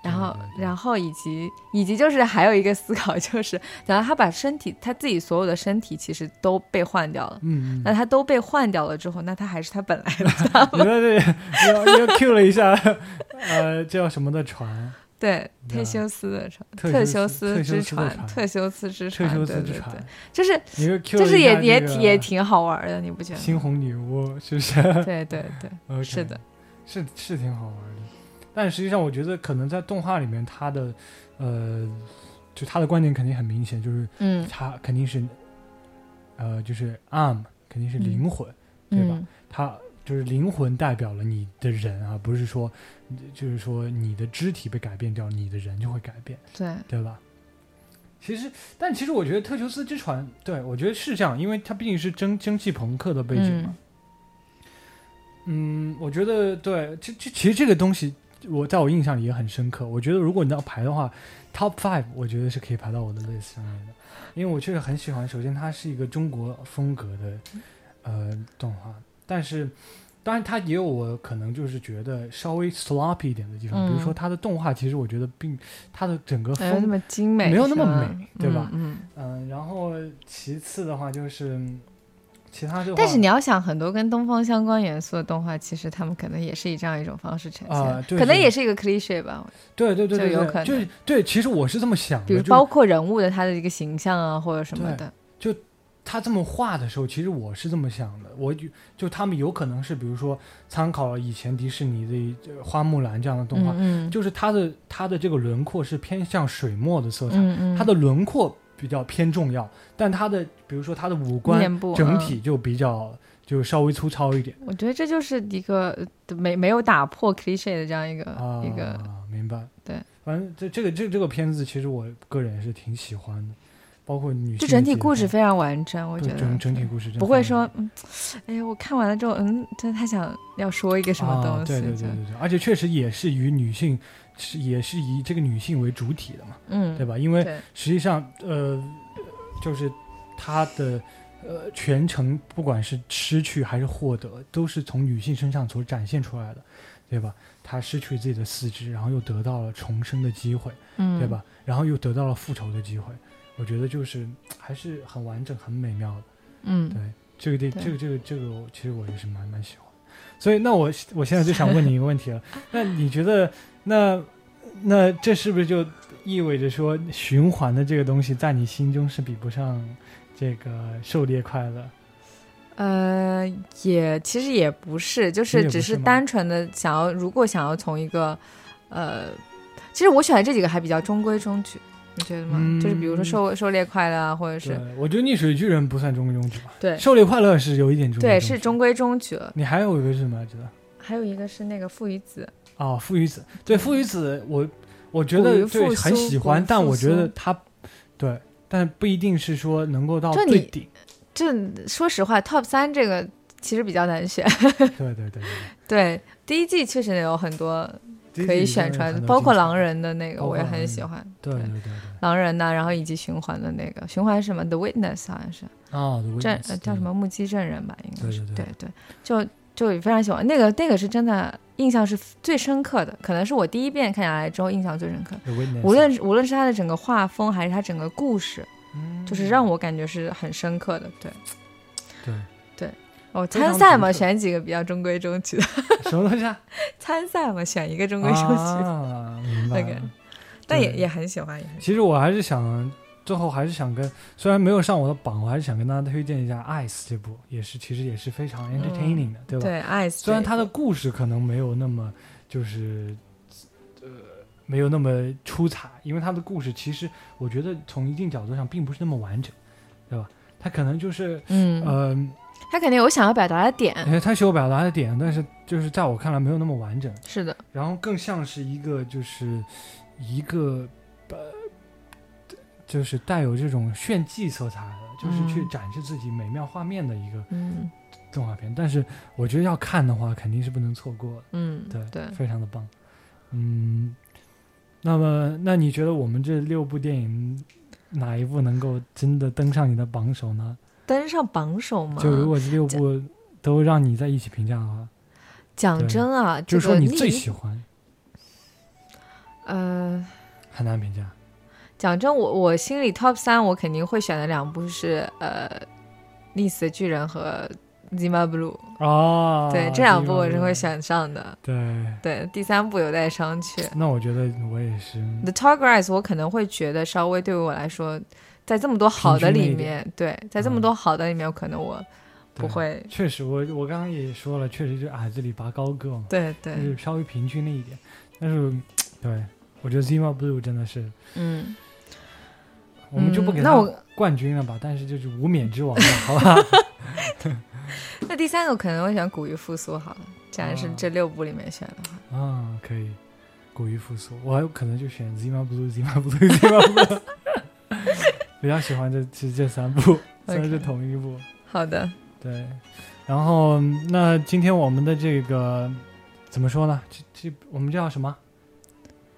C: 然后
A: 对对，对
C: 然后以及以及就是还有一个思考就是，然后他把身体他自己所有的身体其实都被换掉了，
A: 嗯，
C: 那
A: 嗯
C: 他都被换掉了之后，那他还是他本来
A: [LAUGHS]
C: 的
A: 你在这里又又 Q 了一下，呃，叫什么的船，
C: 对
A: [LAUGHS] 对啊
C: 忒修斯的船，
A: 特
C: 特
A: 修
C: 修
A: 斯
C: 斯
A: 特修斯
C: 之
A: 的船
C: 船，特修斯之
A: 特
C: 船，
A: 修
C: 对
A: 斯
C: 对
A: 之
C: 对
A: 船，，
C: 就是
A: 你又 Q 了
C: 就
A: 一
C: 是也
A: 下
C: 也
A: 这个
C: 挺也挺好玩的，你不觉得
A: [LAUGHS] 猩
C: 吗？
A: 红女巫，是不是？
C: 对对对，
A: [LAUGHS] OK
C: 是的，
A: 是是挺好玩的，但实际上我觉得可能在动画里面，它的呃，就它的观点肯定很明显，就是
C: 嗯，
A: 它肯定是呃，就是 arm 肯定是灵魂，对吧
C: 嗯？
A: 它就是灵魂代表了你的人啊，不是说就是说你的肢体被改变掉，你的人就会改变，
C: 对，
A: 对吧？其实，但其实我觉得《特修斯之船》对我觉得是这样，因为它毕竟是蒸蒸汽朋克的背景嘛。嗯，我觉得对，这这其实这个东西，我在我印象里也很深刻。我觉得如果你要排的话，Top Five，我觉得是可以排到我的 list 上面的，因为我确实很喜欢。首先，它是一个中国风格的呃动画，但是当然它也有我可能就是觉得稍微 sloppy 一点的地方，比如
C: 嗯
A: 说它的动画，其实我觉得并它的整个
C: 没有那
A: 风，
C: 么精美，
A: 没有那么
C: 是吧
A: 美对吧
C: 嗯，嗯
A: 嗯、然后其次的话就是其他的话，
C: 但是你要想，很多跟东方相关元素的动画，其实他们可能也是以这样一种方式呈现，
A: 啊对
C: 可能
A: 对
C: 也是一个 cliche 吧。
A: 对对对
C: 就
A: 对
C: 有
A: 对，
C: 可能
A: 就是对，其实我是这么想的，
C: 比如
A: 就是
C: 包括人物的他的一个形象啊，或者什么的。
A: 他这么画的时候，其实我是这么想的，我就就他们有可能是比如说参考了以前迪士尼的、呃花木兰这样的动画，
C: 嗯嗯
A: 就是它的它的这个轮廓是偏向水墨的色彩，
C: 嗯嗯，
A: 它的轮廓比较偏重要，但它的比如说它的五官
C: 面部
A: 整体、就比较、就稍微粗糙一点
C: 嗯我觉得这就是一个呃没没有打破 cliche 的这样一个、
A: 啊，
C: 一个，
A: 明白
C: 对，
A: 反正这这个这这个片子其实我个人是挺喜欢的，包括女性
C: 就整体
A: 结
C: 故
A: 构
C: 事非常完整，我觉
A: 对
C: 得
A: 整整体故事真的
C: 不会
A: 非常
C: 说嗯，哎呀，我看完了之后，嗯，真的他想要说一个什么东西，
A: 啊、对对
C: 就
A: 对对对，而且确实也是与女性，是也是以这个女性为主体的嘛，
C: 嗯，
A: 对吧？因为
C: 对
A: 实际上，呃，就是她的呃全程，不管是失去还是获得，都是从女性身上所展现出来的，对吧？她失去自己的四肢，然后又得到了重生的机会，
C: 嗯，
A: 对吧？然后又得到了复仇的机会，我觉得就是还是很完整、很美妙的。
C: 嗯？
A: 对，这个地，
C: 对
A: 这个这个这个我，其实我也是蛮蛮喜欢。所以，那我我现在就想问你一个问
C: [LAUGHS]
A: 题了，那你觉得，那那这是不是就意味着说，循环的这个东西在你心中是比不上这个狩猎快乐？
C: 呃，也其实也不是，就
A: 实也
C: 是
A: 不
C: 只
A: 是
C: 是
A: 吗
C: 单纯的想要，如果想要从一个，呃，其实我选的这几个还比较中规中矩，你觉得吗？就是比如
A: 嗯
C: 说狩狩猎快乐啊，或者
A: 对
C: 是，
A: 我觉得逆水巨人不算中规中矩吧。
C: 对
A: 狩猎快乐是有一点中规
C: 对
A: 中矩
C: 是。中规中矩了。
A: 你还有一个是什么来着？
C: 还有一个是那个父与子，
A: 哦，父与子，对父与子，我我觉
C: 捕
A: 得对
C: 鱼复
A: 很
C: 苏
A: 喜
C: 捕
A: 欢
C: 鱼，
A: 但
C: 复
A: 我觉得
C: 苏
A: 他，对，但不一定是说能够到
C: 就
A: 最
C: 你
A: 顶。
C: 这说实话，Top 三这个其实比较难选。 [LAUGHS]
A: 对对对对
C: 对，第一季确实有很多
A: 对，
C: [LAUGHS] 可以
A: 这几个
C: 选出来
A: 很
C: 的，
A: 多
C: 包括
A: 精彩
C: 狼。人的那个
A: 包括
C: 我也
A: 狼
C: 很
A: 人
C: 喜欢，
A: 对对
C: 对
A: 对对。
C: 狼人呐、然后以及循环的那个循环是什么 The Witness 好像是。
A: 啊，
C: 证呃叫什？么目击证人吧，应该
A: 对
C: 是
A: 对对
C: 就就也非常喜欢那个那个是真的印象是最深刻的，可能是我第一遍看下来之后印象最深刻。无论是无论是它的整个画风还是它整个故事，就是让
A: 我
C: 我感觉是很深刻的。对，
A: 对 [LAUGHS]
C: 哦，
A: 非常
C: 参赛嘛，
A: 独特
C: 选几个比较中规中矩的；
A: 什么东西
C: [LAUGHS]
A: 啊？
C: 参赛嘛，选一个中规中矩的。
A: 啊，明白
C: OK
A: 了。
C: 但也
A: 对
C: 也很喜欢，也很喜
A: 其实我还是想，最后还是想跟，虽然没有上我的榜，我还是想跟大家推荐一下《Ice》这部，也是其实也是非
C: 嗯
A: 常 entertaining 的，对
C: 欢
A: 吧？
C: 对 Ice 这一部。
A: 虽然它的故事可能没有那么就是呃没有那么出彩，因为他的故事其实我觉得从一定角度上并不是那么完整，对吧？他可能就是
C: 嗯，
A: 嗯，
C: 他肯定有想要表达的点，
A: 呃他是有表达的点，但是就是在我看来没有那么完整，
C: 是的，
A: 然后更像是一个就是一个呃，就是带有这种炫技色彩的，就是去
C: 嗯
A: 展示自己美妙画面的一个
C: 嗯
A: 动画片。但是我觉得要看的话，肯定是不能错过的。
C: 嗯，
A: 对
C: 对，
A: 非常的棒。嗯，那么那你觉得我们这六部电影哪一部能够真的登上你的榜首呢？
C: 登上榜首嘛。
A: 就如果这六部都让你在一起评价的话，
C: 讲
A: 对
C: 真啊，
A: 就是
C: 这
A: 说
C: 个
A: 你
C: 逆
A: 最喜欢，
C: 呃，
A: 很难评价。
C: 讲真，我我心里 top 三，我肯定会选的两部是呃，《溺死的巨人》和《Zima Blue》
A: 哦，
C: 对，这两部
A: 明白
C: 我是
A: 了
C: 会。选上的。
A: 对，
C: 对，第三部有待商榷。
A: 那我觉得我也是。
C: The Tall Grass，我可能会觉得稍微对于我来说，在这么多好的里面，对，在这么多好的里面，可能我
A: 嗯
C: 不
A: 对
C: 会，
A: 确实，我我刚刚也说了，确实就矮子里拔高个嘛，
C: 对
A: 就
C: 对，
A: 是稍微平均了一点。但是，对我觉得 Zima Blue 真的是，
C: 嗯，
A: 我们就不
C: 嗯
A: 给
C: 那
A: 他
C: 我
A: 冠军了吧，但是就是无冕之王
C: [LAUGHS]
A: 了，好吧？
C: 那第三个可能我选《古玉复苏》好了，既然是
A: 啊
C: 这六部里面选的话，
A: 啊，可以，古玉复苏，我还有可能就选 Zima Blue、Zima Blue、Zima Blue，比较喜欢这这这三部，虽然是
C: OK
A: 同一部，
C: 好的，
A: 对。然后那今天我们的这个怎么说呢？这这我们叫什么？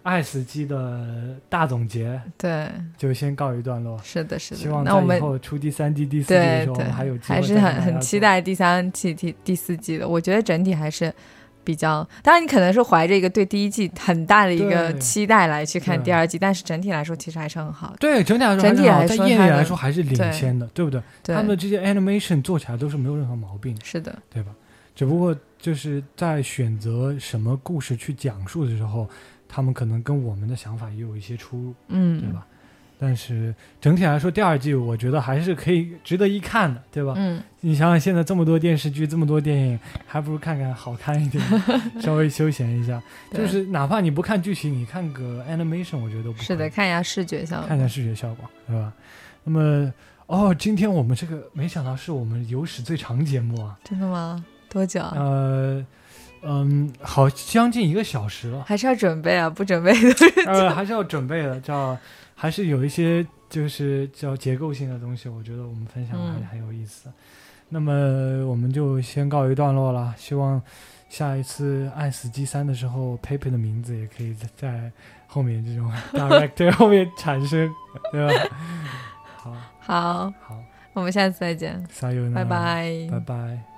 A: 爱死机的大总结
C: 对，
A: 就先告一段落。
C: 是的，是
A: 希
C: 的，
A: 望
C: 那我
A: 在以
C: 们。
A: 后出第三季、第四季的
C: 对
A: 时候，我
C: 对，
A: 们还有机会
C: 还是
A: 再
C: 很
A: 跟大家
C: 很期
A: 做。
C: 待第三季、第第四季的。我觉得整体还是比较，当然你可能是怀着一个对第一季很大的一个
A: 对
C: 期待来去看
A: 对
C: 第二季，但是整体来说其实还是很好的。
A: 对整体来说还
C: 整
A: 是
C: 体
A: 好，
C: 来
A: 在
C: 说
A: 业
C: 它
A: 内
C: 的
A: 来说还是领
C: 对
A: 先的，对不对？
C: 对，
A: 他们的这些 animation 做起来都是没有任何毛病的，
C: 是的，
A: 对吧？只不过就是在选择什么故事去讲述的时候，他们可能跟我们的想法也有一些出入，对
C: 嗯，
A: 吧？但是整体来说，第二季我觉得还是可以值得一看的，对吧？
C: 嗯，
A: 你想想，现在这么多电视剧，这么多电影，还不如看看好看一
C: [LAUGHS]
A: 点，稍微休闲一下。
C: 对
A: 就是哪怕你不看剧情，你看个 animation，我觉得都不
C: 是
A: 亏
C: 的，看一下视觉效
A: 看一
C: 果。
A: 下视觉效果，对吧？那么，哦，今天我们这个没想到是我们有史最长节目啊，
C: 真的吗？多久啊？
A: 呃，嗯，好，将近一个小时了
C: [LAUGHS] ，还是要准备啊，不准备都是
A: 呃，还是要准备的，叫还是有一些就是叫结构性的东西，我觉得我们分享的还是
C: 嗯
A: 很有意思。那么我们就先告一段落了，希望下一次《爱死机三》的时候，佩佩的名字也可以在在后面这种 [LAUGHS] director 后面产生，对吧？好。
C: [LAUGHS] 好，
A: 好，
C: 我们下次再见，
A: 撒油，
C: 拜，拜
A: 嗯拜拜。